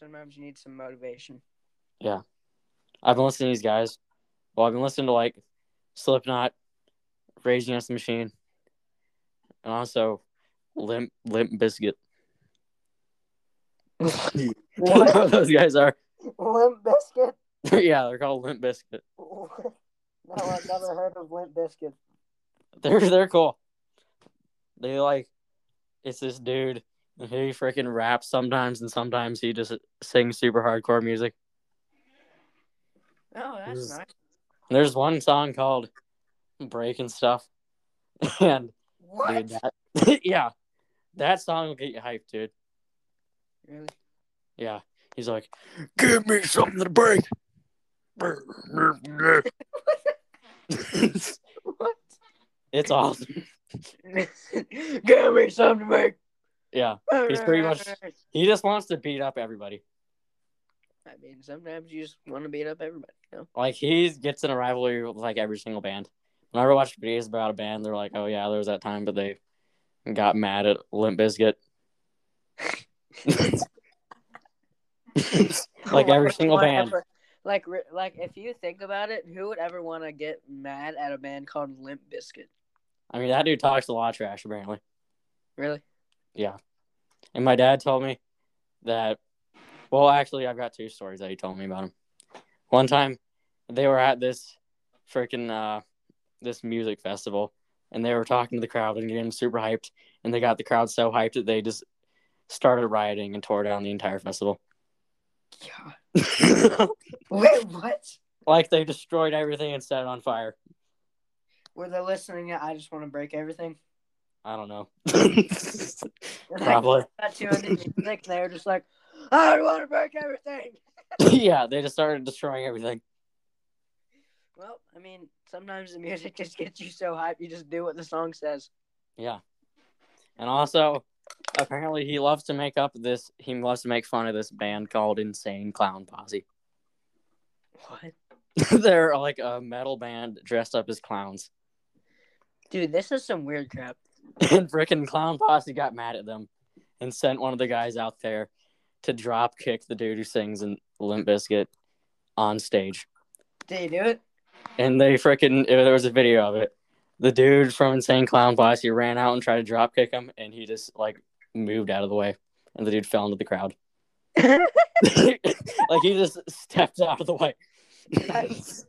Speaker 1: sometimes you need some motivation.
Speaker 2: I've been listening to these guys. Well, I've been listening to like Slipknot, Rage Against the Machine, and also Limp Limp Biscuit.
Speaker 1: What?
Speaker 2: *laughs* those guys are.
Speaker 1: Limp *laughs* Biscuit?
Speaker 2: yeah, they're called Limp Biscuit.
Speaker 1: no, I've never heard of Limp Biscuit.
Speaker 2: They're they're cool. They like it's this dude and he freaking raps sometimes and sometimes he just sings super hardcore music.
Speaker 1: Oh, that's
Speaker 2: This-
Speaker 1: nice.
Speaker 2: There's one song called Breaking Stuff. *laughs* And
Speaker 1: What?
Speaker 2: dude, that, *laughs* yeah. That song will get you hyped, dude.
Speaker 1: Really?
Speaker 2: Yeah. He's like, *laughs* Give me something
Speaker 1: *laughs*
Speaker 2: to break. it's
Speaker 1: What?
Speaker 2: awesome.
Speaker 1: *laughs* Give me something to make.
Speaker 2: Yeah. He's pretty much- He just wants to beat up everybody.
Speaker 1: I mean, sometimes you just want to beat up everybody. You know?
Speaker 2: Like he gets in a rivalry with like every single band. Whenever I watch videos about a band, they're like, Oh yeah, there was that time but they got mad at Limp Bizkit. *laughs* like
Speaker 1: Why
Speaker 2: every
Speaker 1: Oh, would
Speaker 2: single
Speaker 1: one
Speaker 2: band.
Speaker 1: ever- like, re- like if you think about it, who would ever want to get mad at a band called Limp Biscuit?
Speaker 2: I mean that dude talks a lot of trash apparently.
Speaker 1: Really?
Speaker 2: And my dad told me that. Well, actually, I've got two stories that he told me about him. One time, they were at this freaking uh, this music festival, and they were talking to the crowd and getting super hyped, and they got the crowd so hyped that they just started rioting and tore down the entire festival.
Speaker 1: God. Wait, what?
Speaker 2: like they destroyed everything and set it on fire.
Speaker 1: Were they listening? to I just want to break everything.
Speaker 2: I don't know. *laughs* Probably. *laughs*
Speaker 1: That too. And they were just like, I want to break everything.
Speaker 2: yeah, they just started destroying everything.
Speaker 1: Well, I mean, sometimes the music just gets you so hyped, you just do what the song says.
Speaker 2: Yeah. And also, apparently, he loves to make up this. He loves to make fun of this band called Insane Clown Posse. *laughs*
Speaker 1: What?
Speaker 2: They're like a metal band dressed up as clowns, *laughs*
Speaker 1: Dude, this is some weird crap.
Speaker 2: and frickin' Clown Posse got mad at them, and sent one of the guys out there to drop kick the dude who sings in Limp Bizkit on stage.
Speaker 1: Did you do
Speaker 2: *laughs*
Speaker 1: it?
Speaker 2: and they freaking there was a video of it. The dude from Insane Clown Posse ran out and tried to drop kick him, and he just like moved out of the way, and the dude fell into the crowd. *laughs* like he just stepped out of the way.
Speaker 1: Nice.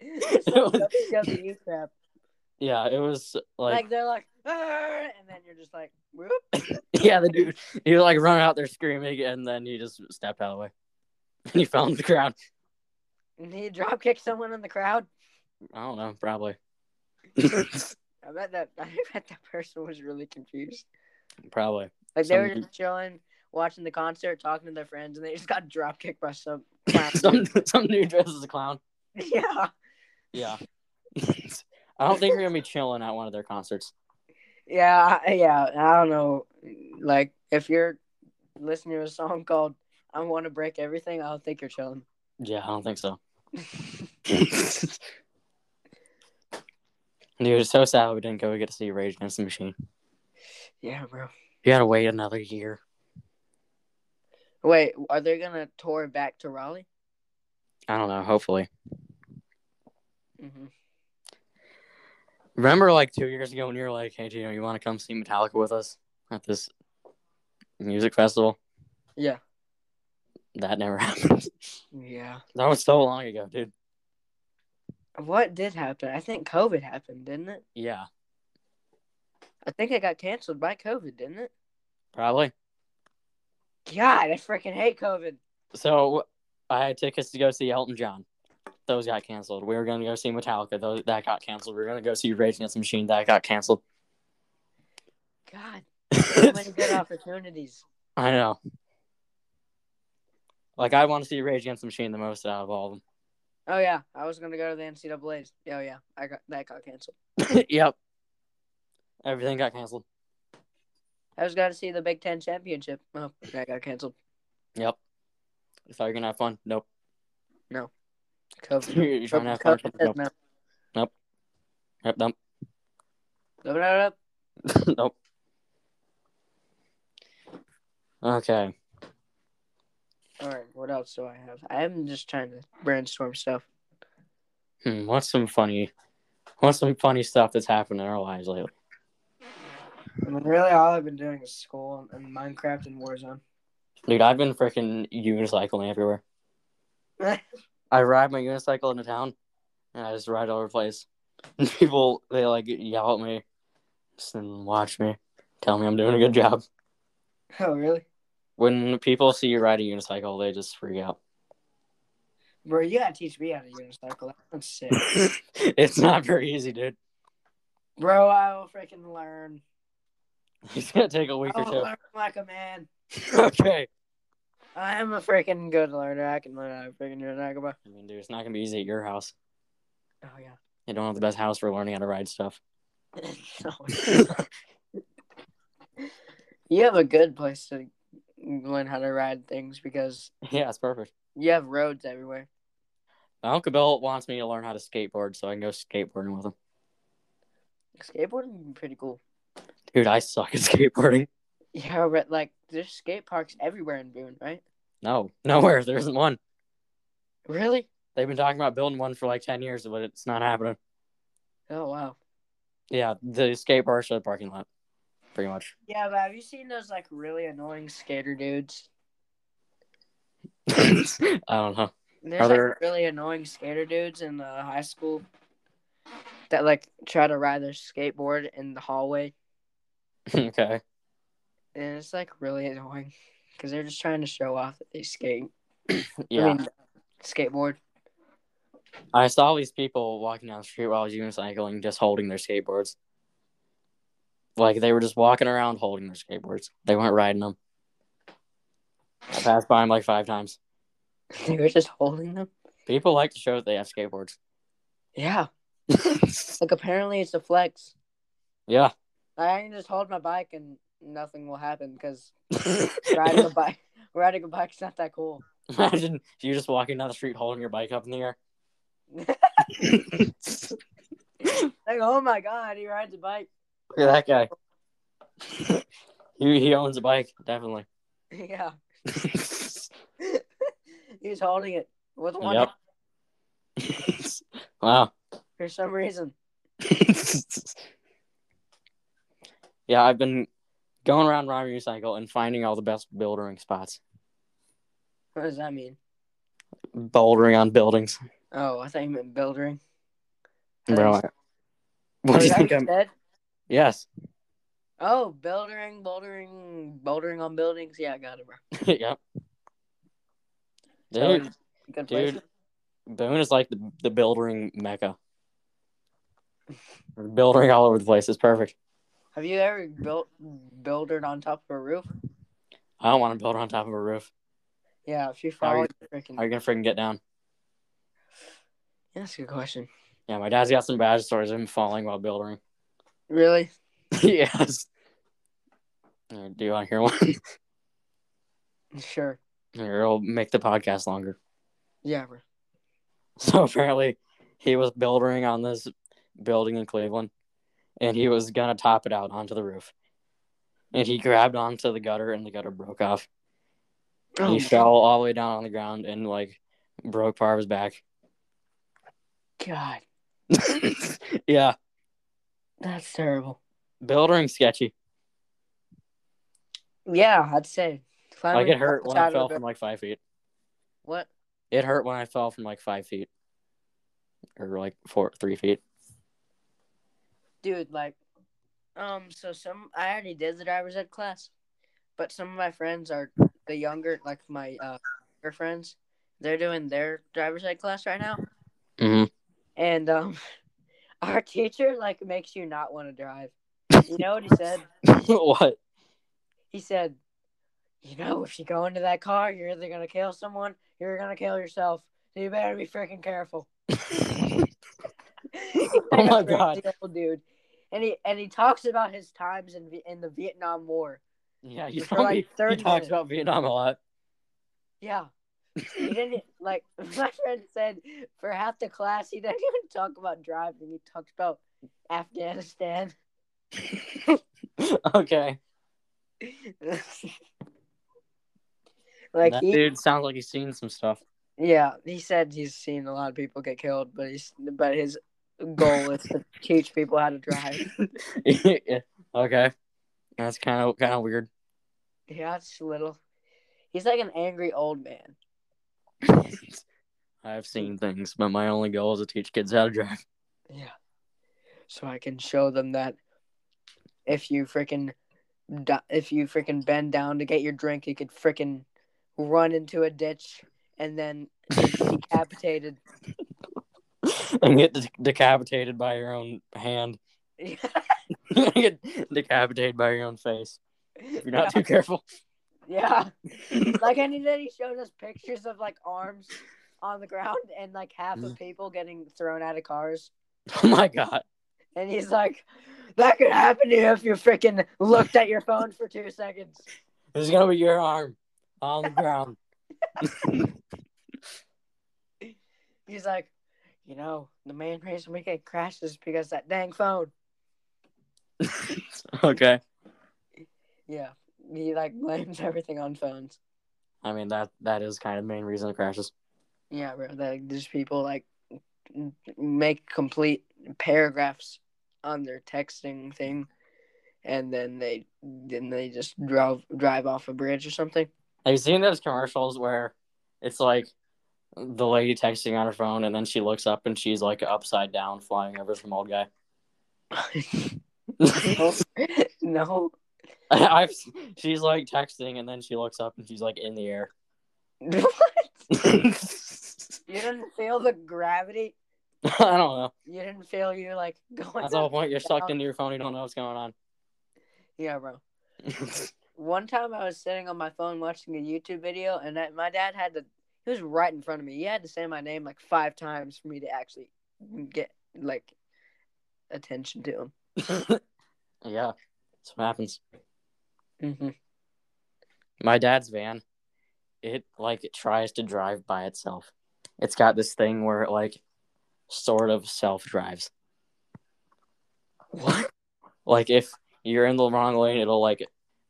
Speaker 1: This is
Speaker 2: was-
Speaker 1: WWE E crap.
Speaker 2: *laughs* yeah, it was
Speaker 1: Like,
Speaker 2: like,
Speaker 1: they're like, "Arr!" and then you're just like, whoop.
Speaker 2: *laughs* yeah, the dude he was like running out there screaming, and then he just stepped out of the way, *laughs* and he fell into the crowd.
Speaker 1: And he drop kicked someone in the crowd.
Speaker 2: I don't know, probably,
Speaker 1: I bet that *laughs* I bet that person was really confused.
Speaker 2: probably.
Speaker 1: Like they were
Speaker 2: Some-
Speaker 1: just chilling, watching the concert, talking to their friends, and they just got drop kicked by some.
Speaker 2: *laughs* some some dude dressed as a clown.
Speaker 1: *laughs* yeah,
Speaker 2: Yeah, I don't think we're gonna be chilling at one of their concerts.
Speaker 1: yeah, I- yeah. I don't know. Like if you're listening to a song called "I Want to Break Everything," I don't think you're chilling.
Speaker 2: Yeah, I don't think so. Dude, it's so sad we didn't go get to see Rage Against the Machine.
Speaker 1: Yeah, bro.
Speaker 2: You gotta wait another year.
Speaker 1: Wait, are they gonna tour back to Raleigh?
Speaker 2: I don't know, hopefully.
Speaker 1: hmm
Speaker 2: Remember like two years ago when you were like, hey, Gino, you wanna come see Metallica with us at this music festival?
Speaker 1: Yeah,
Speaker 2: That never *laughs* happened.
Speaker 1: yeah.
Speaker 2: that was so long ago, dude.
Speaker 1: What did happen? I think COVID happened, didn't it?
Speaker 2: Yeah,
Speaker 1: I think it got canceled by COVID, didn't it?
Speaker 2: probably.
Speaker 1: God, I freaking hate COVID.
Speaker 2: So I had tickets to go see Elton John. Those got canceled. We were gonna go see Metallica. Those that got canceled. We were gonna go see Rage Against the Machine. That got canceled. *coughs*
Speaker 1: God, so many good opportunities.
Speaker 2: *laughs* I know. Like I want to see Rage Against the Machine the most out of all of
Speaker 1: Oh yeah, I was gonna go to the NCAA's. Oh yeah, I got that got canceled.
Speaker 2: them. yep. Everything got canceled.
Speaker 1: I was gonna see the Big Ten championship. Oh, that got canceled.
Speaker 2: Yep. You thought you were gonna have fun? Nope. *laughs*
Speaker 1: COVID.
Speaker 2: You're trying to have fun?
Speaker 1: COVID says
Speaker 2: Nope.
Speaker 1: no.
Speaker 2: Yep. Nope.
Speaker 1: Blah, blah, blah.
Speaker 2: nope. Okay.
Speaker 1: All right, what else do I have? I'm just trying to brainstorm stuff.
Speaker 2: Hmm, what's some funny? What's some funny stuff that's happened in our lives lately?
Speaker 1: I mean, really, all I've been doing is school and Minecraft and Warzone. *laughs*
Speaker 2: Dude, I've been freaking unicycling everywhere. I ride my unicycle into town, and I just ride all over the place. *laughs* And people, they like yell at me, just and watch me, tell me I'm doing a good job.
Speaker 1: oh really?
Speaker 2: When people see you ride a unicycle, they just freak out. *laughs*
Speaker 1: Bro, you gotta teach me how to unicycle. That sounds
Speaker 2: *laughs*
Speaker 1: sick.
Speaker 2: it's not very easy, dude. *laughs*
Speaker 1: Bro, I will freaking learn.
Speaker 2: It's gonna take a week
Speaker 1: I
Speaker 2: or
Speaker 1: will
Speaker 2: two.
Speaker 1: learn like a man.
Speaker 2: *laughs* okay.
Speaker 1: I am a freaking good learner. I can learn how to freaking unicycle. bro.
Speaker 2: I mean, dude, it's not gonna be easy at your house.
Speaker 1: Oh yeah.
Speaker 2: You don't have the best house for learning how to
Speaker 1: *laughs*
Speaker 2: ride stuff. *laughs*
Speaker 1: you have a good place to learn how to ride things because
Speaker 2: yeah, it's perfect.
Speaker 1: you have roads everywhere.
Speaker 2: My Uncle Bill wants me to learn how to skateboard so I can go skateboarding with him.
Speaker 1: Skateboarding would be pretty cool. *laughs*
Speaker 2: Dude, I suck at *laughs* skateboarding.
Speaker 1: Yeah, but like there's skate parks everywhere in Boone, right?
Speaker 2: No, nowhere. There isn't one.
Speaker 1: Really?
Speaker 2: They've been talking about building one for like 10 years, but it's not happening.
Speaker 1: Oh wow.
Speaker 2: Yeah, the skate parks are the parking lot, pretty much. *laughs*
Speaker 1: Yeah, but have you seen those like really annoying skater dudes?
Speaker 2: I don't know. *laughs*
Speaker 1: There's
Speaker 2: Are
Speaker 1: like
Speaker 2: there-
Speaker 1: really annoying skater dudes in the high school that like try to ride their skateboard in the hallway,
Speaker 2: okay.
Speaker 1: and it's like really annoying because they're just trying to show off that they skate.
Speaker 2: Yeah.
Speaker 1: I mean, skateboard. *laughs*
Speaker 2: I saw all these people walking down the street while I was unicycling, just holding their skateboards. Like they were just walking around holding their skateboards. They weren't riding them. I passed by them like five times.
Speaker 1: they were just holding them.
Speaker 2: People like to show that they have skateboards.
Speaker 1: Yeah, like apparently it's a flex.
Speaker 2: yeah.
Speaker 1: I can just hold my bike and nothing will happen because riding a bike, *laughs* riding a bike's not that cool.
Speaker 2: *laughs* Imagine if you're just walking down the street holding your bike up in the air.
Speaker 1: like, oh my god, he rides a bike. *laughs*
Speaker 2: Look at that guy. he, he owns a bike, definitely.
Speaker 1: Yeah, *laughs* he's holding it with one.
Speaker 2: Yep.
Speaker 1: hand
Speaker 2: wow.
Speaker 1: For some reason,
Speaker 2: *laughs* yeah, I've been going around Rhyme Recycle and finding all the best bouldering spots.
Speaker 1: what does that mean?
Speaker 2: Bouldering on buildings.
Speaker 1: Oh, I thought you meant bouldering.
Speaker 2: Bro, I- what do you think I'm...
Speaker 1: Dead?
Speaker 2: Yes. *laughs*
Speaker 1: Oh, bouldering, bouldering, bouldering on buildings. Yeah, I got it, bro.
Speaker 2: yep.
Speaker 1: So,
Speaker 2: Dude,
Speaker 1: good
Speaker 2: dude.
Speaker 1: place.
Speaker 2: Boone is like the, the bouldering mecca. Bouldering all over the place is perfect.
Speaker 1: Have you ever built bouldered on top of a roof?
Speaker 2: I don't want to build on top of a roof.
Speaker 1: Yeah, if you
Speaker 2: How
Speaker 1: fall,
Speaker 2: are
Speaker 1: you're freaking.
Speaker 2: How you going to freaking get down?
Speaker 1: Yeah, That's a good question.
Speaker 2: Yeah, my dad's got some bad stories of him falling while bouldering.
Speaker 1: Really?
Speaker 2: *laughs* yes. Uh, Do you want to hear one?
Speaker 1: Sure.
Speaker 2: Or it'll make the podcast longer. *laughs*
Speaker 1: Yeah, bro.
Speaker 2: So apparently, he was building on this building in Cleveland, and he was gonna top it out onto the roof. And he grabbed onto the gutter, and the gutter broke off.
Speaker 1: Oh,
Speaker 2: he fell all the way down on the ground and like broke part of his back. *laughs*
Speaker 1: God,
Speaker 2: yeah,
Speaker 1: that's terrible.
Speaker 2: building sketchy.
Speaker 1: Yeah, I'd say.
Speaker 2: Like
Speaker 1: Climbing
Speaker 2: it hurt
Speaker 1: up the
Speaker 2: when
Speaker 1: side
Speaker 2: I
Speaker 1: of the
Speaker 2: fell
Speaker 1: buil-
Speaker 2: from like five feet.
Speaker 1: What?
Speaker 2: It hurt when I fell from like five feet, or like four, three feet.
Speaker 1: dude like um so some i already did the driver's ed class but some of my friends are the younger like my uh younger friends they're doing their driver's ed class right now
Speaker 2: Mm-hmm. *laughs*
Speaker 1: and um *laughs* our teacher like makes you not want to drive you know what he said *laughs*
Speaker 2: what?
Speaker 1: he said you know if you go into that car you're either gonna kill someone you're gonna kill yourself so you better be freaking careful *laughs*
Speaker 2: *laughs* Oh my
Speaker 1: Crazy
Speaker 2: God.
Speaker 1: old dude and he and he talks about his times in Vi- in the vietnam war
Speaker 2: yeah, you
Speaker 1: For
Speaker 2: told
Speaker 1: like
Speaker 2: me- he
Speaker 1: 30
Speaker 2: talks
Speaker 1: minutes.
Speaker 2: about Vietnam a lot.
Speaker 1: Yeah. He didn't e, *laughs* like my friend said for half the class he didn't *laughs* even talk about driving. He talked about Afghanistan. *laughs*
Speaker 2: *laughs* okay.
Speaker 1: like
Speaker 2: that
Speaker 1: he,
Speaker 2: dude sounds like he's seen some stuff. *laughs*
Speaker 1: yeah, he said he's seen a lot of people get killed, but he's but his goal is to teach people how to drive.
Speaker 2: okay. That's kind of kind of weird. *laughs*
Speaker 1: Yeah, it's little. He's like an angry old man.
Speaker 2: I've seen things, but my only goal is to teach kids how to drive. *laughs*
Speaker 1: Yeah. So I can show them that if you freaking du- if you freaking bend down to get your drink, you could freaking run into a ditch and then get decapitated. *laughs*
Speaker 2: and get de- decapitated by your own hand. *laughs* get decapitated by your own face. If you're not too careful. *laughs*
Speaker 1: yeah. Like and then he showed us pictures of like arms on the ground and like half of people getting thrown out of cars.
Speaker 2: oh my god.
Speaker 1: And he's like, that could happen to you if you freaking looked at your phone for two seconds.
Speaker 2: This is gonna be your arm on
Speaker 1: *laughs*
Speaker 2: the ground. *laughs*
Speaker 1: He's like, you know, the main reason we get crashes because that dang phone.
Speaker 2: okay.
Speaker 1: Yeah, he like blames everything on phones.
Speaker 2: I mean that that is kind of the main reason it crashes.
Speaker 1: Yeah, bro. Like these people like m- make complete paragraphs on their texting thing, and then they then they just drive drive off a bridge or something.
Speaker 2: Have you seen those commercials where it's like the lady texting on her phone, and then she looks up and she's like upside down, flying over some old guy. *laughs*
Speaker 1: no, *laughs*
Speaker 2: I've, she's like texting, and then she looks up and she's like in the air. *laughs*
Speaker 1: what?
Speaker 2: I
Speaker 1: You didn't feel the gravity.
Speaker 2: don't know.
Speaker 1: You didn't feel you like *laughs* going.
Speaker 2: That's the whole
Speaker 1: up
Speaker 2: point. You're
Speaker 1: and
Speaker 2: sucked
Speaker 1: down.
Speaker 2: into your phone. You don't know what's going on. *laughs*
Speaker 1: Yeah, bro. One time I was sitting on my phone watching a YouTube video, and I, my dad had to. He was right in front of me. He had to say my name like five times for me to actually get like attention to him.
Speaker 2: yeah, that's what happens.
Speaker 1: Mm-hmm.
Speaker 2: My dad's van, it like it tries to drive by itself. It's got this thing where it like sort of self drives.
Speaker 1: What?
Speaker 2: *laughs* Like if you're in the wrong lane, it'll like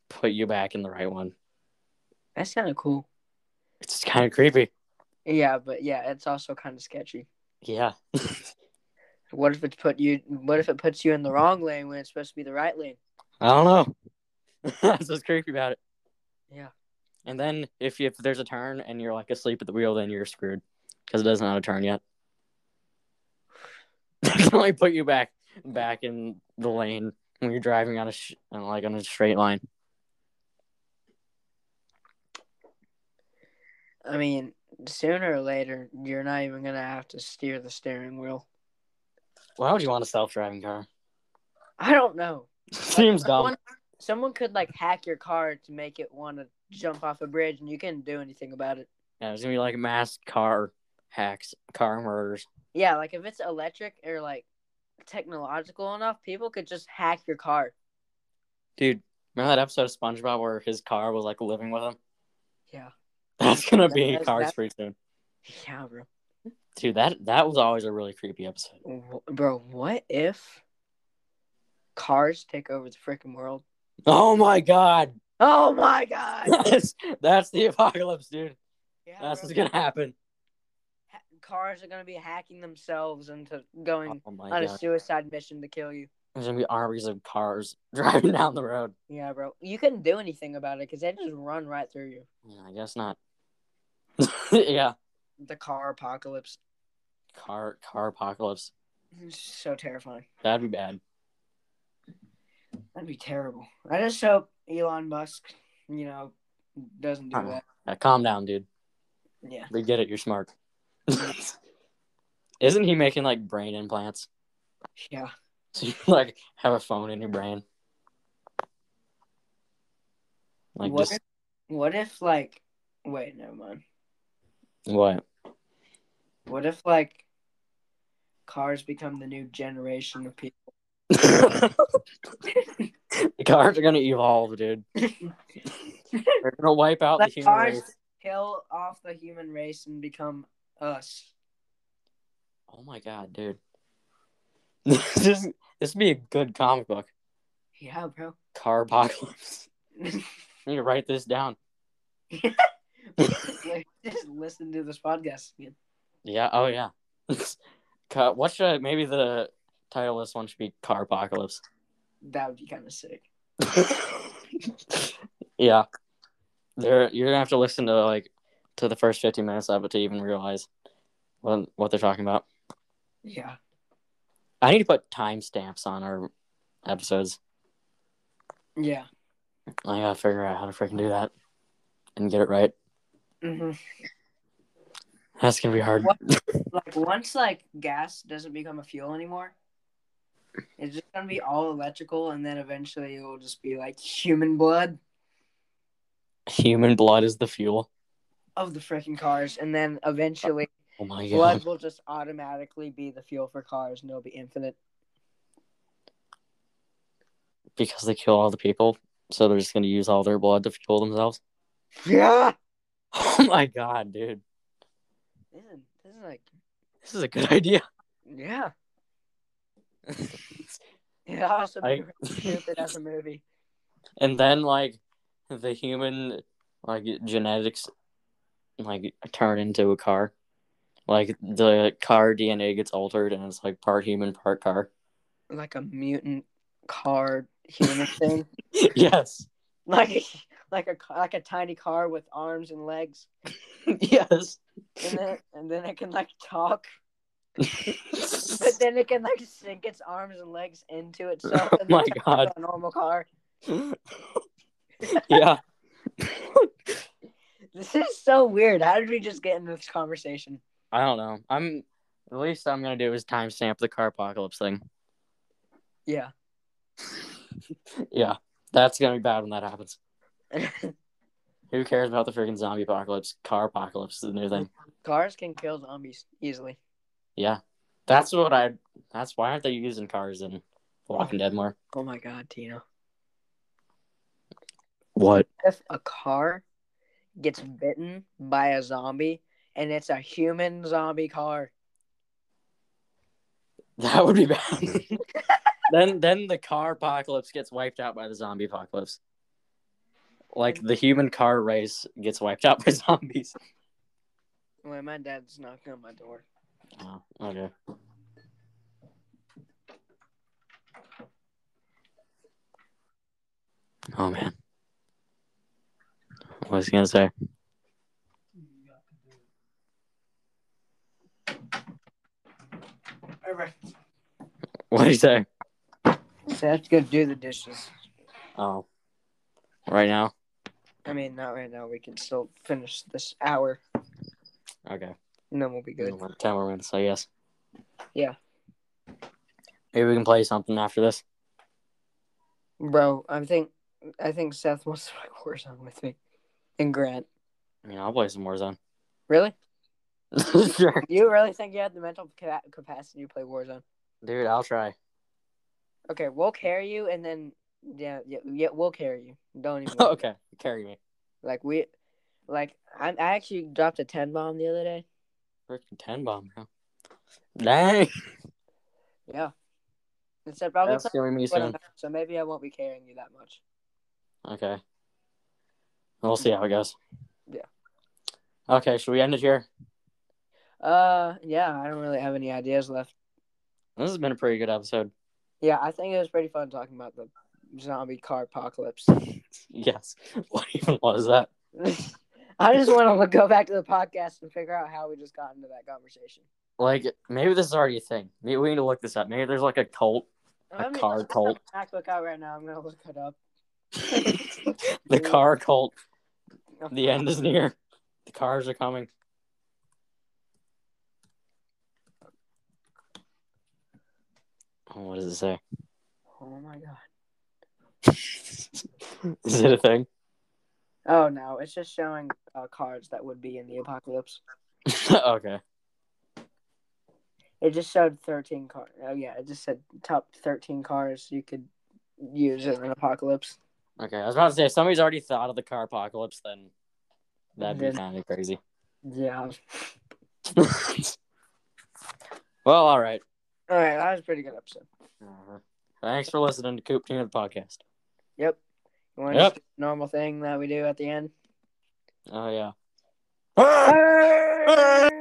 Speaker 2: put you back in the right one.
Speaker 1: That's kind of cool.
Speaker 2: It's kind of creepy.
Speaker 1: Yeah, but yeah, it's also kind of sketchy.
Speaker 2: Yeah.
Speaker 1: What if it's put you? What if it puts you in the wrong lane when it's supposed to be the right lane?
Speaker 2: I don't know. *laughs* That's what's creepy about it.
Speaker 1: Yeah.
Speaker 2: And then if you, if there's a turn and you're like asleep at the wheel, then you're screwed because it doesn't know how to turn yet. *laughs* It only put you back back in the lane when you're driving on a sh- on like on a straight line.
Speaker 1: I mean, sooner or later, you're not even gonna have to steer the steering wheel.
Speaker 2: Why would you want a self driving car?
Speaker 1: I don't know.
Speaker 2: *laughs* Seems dumb.
Speaker 1: Someone, someone could like hack your car to make it want to jump off a bridge, and you couldn't do anything about it.
Speaker 2: Yeah, it's gonna be like mass car hacks, car murders.
Speaker 1: Yeah, like if it's electric or like technological enough, people could just hack your car.
Speaker 2: Dude, remember that episode of SpongeBob where his car was like living with him? *laughs*
Speaker 1: Yeah.
Speaker 2: That's gonna be
Speaker 1: That's-
Speaker 2: cars
Speaker 1: that's-
Speaker 2: pretty soon.
Speaker 1: Yeah, bro.
Speaker 2: Dude, that that was always a really creepy episode.
Speaker 1: Wh- Bro, what if cars take over the freaking world?
Speaker 2: Oh my god.
Speaker 1: Oh my
Speaker 2: *laughs*
Speaker 1: god!
Speaker 2: That's that's the apocalypse, dude.
Speaker 1: Yeah,
Speaker 2: That's
Speaker 1: bro.
Speaker 2: what's gonna happen.
Speaker 1: Ha- cars are gonna be hacking themselves into going
Speaker 2: Oh my
Speaker 1: on a
Speaker 2: god.
Speaker 1: suicide mission to kill you.
Speaker 2: There's gonna be armies of cars *laughs* driving down the road.
Speaker 1: Yeah, bro. You couldn't do anything about it because they just run right through you.
Speaker 2: Yeah, I guess not. *laughs* yeah.
Speaker 1: The car apocalypse.
Speaker 2: Car car apocalypse.
Speaker 1: It's so terrifying.
Speaker 2: That'd be bad.
Speaker 1: That'd be terrible. I just hope Elon Musk, you know, doesn't do
Speaker 2: Uh-uh.
Speaker 1: that.
Speaker 2: Yeah, calm down, dude.
Speaker 1: Yeah.
Speaker 2: We get it, you're smart. *laughs* Isn't he making like brain implants? *laughs*
Speaker 1: Yeah.
Speaker 2: So you like have a phone in your brain. Like
Speaker 1: what,
Speaker 2: just
Speaker 1: if, what if, like, wait, never mind.
Speaker 2: what?
Speaker 1: What if, like, cars become the new generation of people?
Speaker 2: *laughs* the cars are gonna evolve, dude. They're gonna wipe out the
Speaker 1: Let
Speaker 2: human
Speaker 1: cars
Speaker 2: race.
Speaker 1: kill off the human race and become us.
Speaker 2: Oh my god, dude. *laughs* this is this would be a good comic book.
Speaker 1: Yeah, bro. *laughs*
Speaker 2: Car apocalypse. *laughs* I need to write this down.
Speaker 1: Like, just listen to this podcast again.
Speaker 2: Yeah, oh yeah. *laughs* Car, what should I maybe the title of this one should be Car Apocalypse. *laughs*
Speaker 1: That would be kind of sick.
Speaker 2: yeah. There you're gonna have to listen to like to the first fifteen minutes of it to even realize what what they're talking about.
Speaker 1: Yeah.
Speaker 2: I need to put timestamps on our episodes.
Speaker 1: Yeah.
Speaker 2: I gotta figure out how to freaking do that and get it right.
Speaker 1: hmm
Speaker 2: That's gonna be hard.
Speaker 1: What? Like once like gas doesn't become a fuel anymore, it's just gonna be all electrical, and then eventually it will just be like human blood
Speaker 2: Human blood is the fuel.
Speaker 1: of the freaking cars, and then eventually
Speaker 2: Oh my
Speaker 1: blood
Speaker 2: god.
Speaker 1: will just automatically be the fuel for cars, and it'll be infinite.
Speaker 2: Because they kill all the people, so they're just gonna use all their blood to fuel themselves. *laughs*
Speaker 1: Yeah.
Speaker 2: Oh my god, dude.
Speaker 1: This is, this is like
Speaker 2: This is a good idea. *laughs*
Speaker 1: yeah. It also be
Speaker 2: I-
Speaker 1: really stupid as a movie.
Speaker 2: and then like the human like genetics like turn into a car. Like the car DNA gets altered and it's like part human, part car. *laughs*
Speaker 1: like a mutant car human thing. *laughs*
Speaker 2: yes. *laughs*
Speaker 1: Like like a ca- like a tiny car with arms and legs,
Speaker 2: yes.
Speaker 1: and then and then it can like talk, but then it can like sink its arms and legs into *laughs* itself.
Speaker 2: Oh
Speaker 1: and
Speaker 2: my
Speaker 1: that's
Speaker 2: god.
Speaker 1: A normal car.
Speaker 2: yeah.
Speaker 1: This is so weird. How did we just get into this conversation?
Speaker 2: *laughs* I don't know. I'm the least I'm gonna do is timestamp the car apocalypse thing.
Speaker 1: Yeah.
Speaker 2: Yeah. That's gonna be bad when that *laughs* happens. Who cares about the freaking zombie apocalypse? Car apocalypse is the new thing.
Speaker 1: Cars can kill zombies easily.
Speaker 2: Yeah. That's what I that's why aren't they using cars in Walking Dead more?
Speaker 1: Oh my god, Tino.
Speaker 2: What?
Speaker 1: If a car gets bitten by a zombie and it's a human zombie car,
Speaker 2: That would be bad. then then the car apocalypse gets wiped out by the zombie apocalypse. Like the human car race gets wiped out by *laughs* zombies.
Speaker 1: well, my dad's knocking on my door.
Speaker 2: Oh, okay. Oh man. What was he gonna say? *laughs* What did he say?
Speaker 1: Seth's gonna do the dishes.
Speaker 2: Oh. Right now?
Speaker 1: I mean, not right now. We can still finish this hour,
Speaker 2: Okay.
Speaker 1: and then we'll be good.
Speaker 2: We'll have Ten more minutes, I guess.
Speaker 1: Yeah.
Speaker 2: Maybe we can play something after this.
Speaker 1: Bro, I think I think Seth wants to play *laughs* Warzone with me, and Grant.
Speaker 2: I mean, I'll play some Warzone.
Speaker 1: Really?
Speaker 2: *laughs* sure.
Speaker 1: You really think you had the mental ca- capacity to play Warzone?
Speaker 2: Dude, I'll try. *laughs*
Speaker 1: Okay, we'll carry you, and then yeah, yeah, yeah we'll carry you. Don't
Speaker 2: *laughs*
Speaker 1: even. worry.
Speaker 2: okay. Carry me.
Speaker 1: Like we, like I, I actually dropped a ten bomb the other day.
Speaker 2: Freaking 10 bomb, bro. Dang.
Speaker 1: Yeah. Except I was
Speaker 2: That's gonna be me
Speaker 1: playing
Speaker 2: soon.
Speaker 1: so maybe I won't be carrying you that much.
Speaker 2: Okay. We'll see how it goes.
Speaker 1: Yeah.
Speaker 2: Okay, should we end it here?
Speaker 1: Uh, yeah, I don't really have any ideas left.
Speaker 2: This has been a pretty good episode. *laughs*
Speaker 1: Yeah, I think it was pretty fun talking about the zombie car apocalypse.
Speaker 2: Yes. *laughs* What even was that?
Speaker 1: *laughs* I just want to go back to the podcast and figure out how we just got into that conversation.
Speaker 2: Like, maybe this is already a thing. Maybe we need to look this up. Maybe there's like a cult. A
Speaker 1: I'm
Speaker 2: car
Speaker 1: gonna-
Speaker 2: cult.
Speaker 1: I have my MacBook out right now. I'm gonna look it up.
Speaker 2: *laughs* the
Speaker 1: *laughs*
Speaker 2: car cult. The end is near. The cars are coming. Oh, What does it say? *laughs*
Speaker 1: Oh my god.
Speaker 2: is it a thing? *laughs*
Speaker 1: Oh no, it's just showing uh, cards that would be in the apocalypse.
Speaker 2: okay.
Speaker 1: It just showed 13 cars. Oh, yeah. It just said top 13 cars you could use in an apocalypse.
Speaker 2: Okay. I was about to say, if somebody's already thought of the car apocalypse, then that'd be
Speaker 1: Then-
Speaker 2: kind of crazy. *laughs*
Speaker 1: Yeah.
Speaker 2: well, all right. Uh-huh.
Speaker 1: All right. That was a pretty good episode.
Speaker 2: Thanks for listening to Coop Tuna Podcast.
Speaker 1: Yep. You want
Speaker 2: Yep.
Speaker 1: to normal thing that we do at the end?
Speaker 2: Oh, yeah.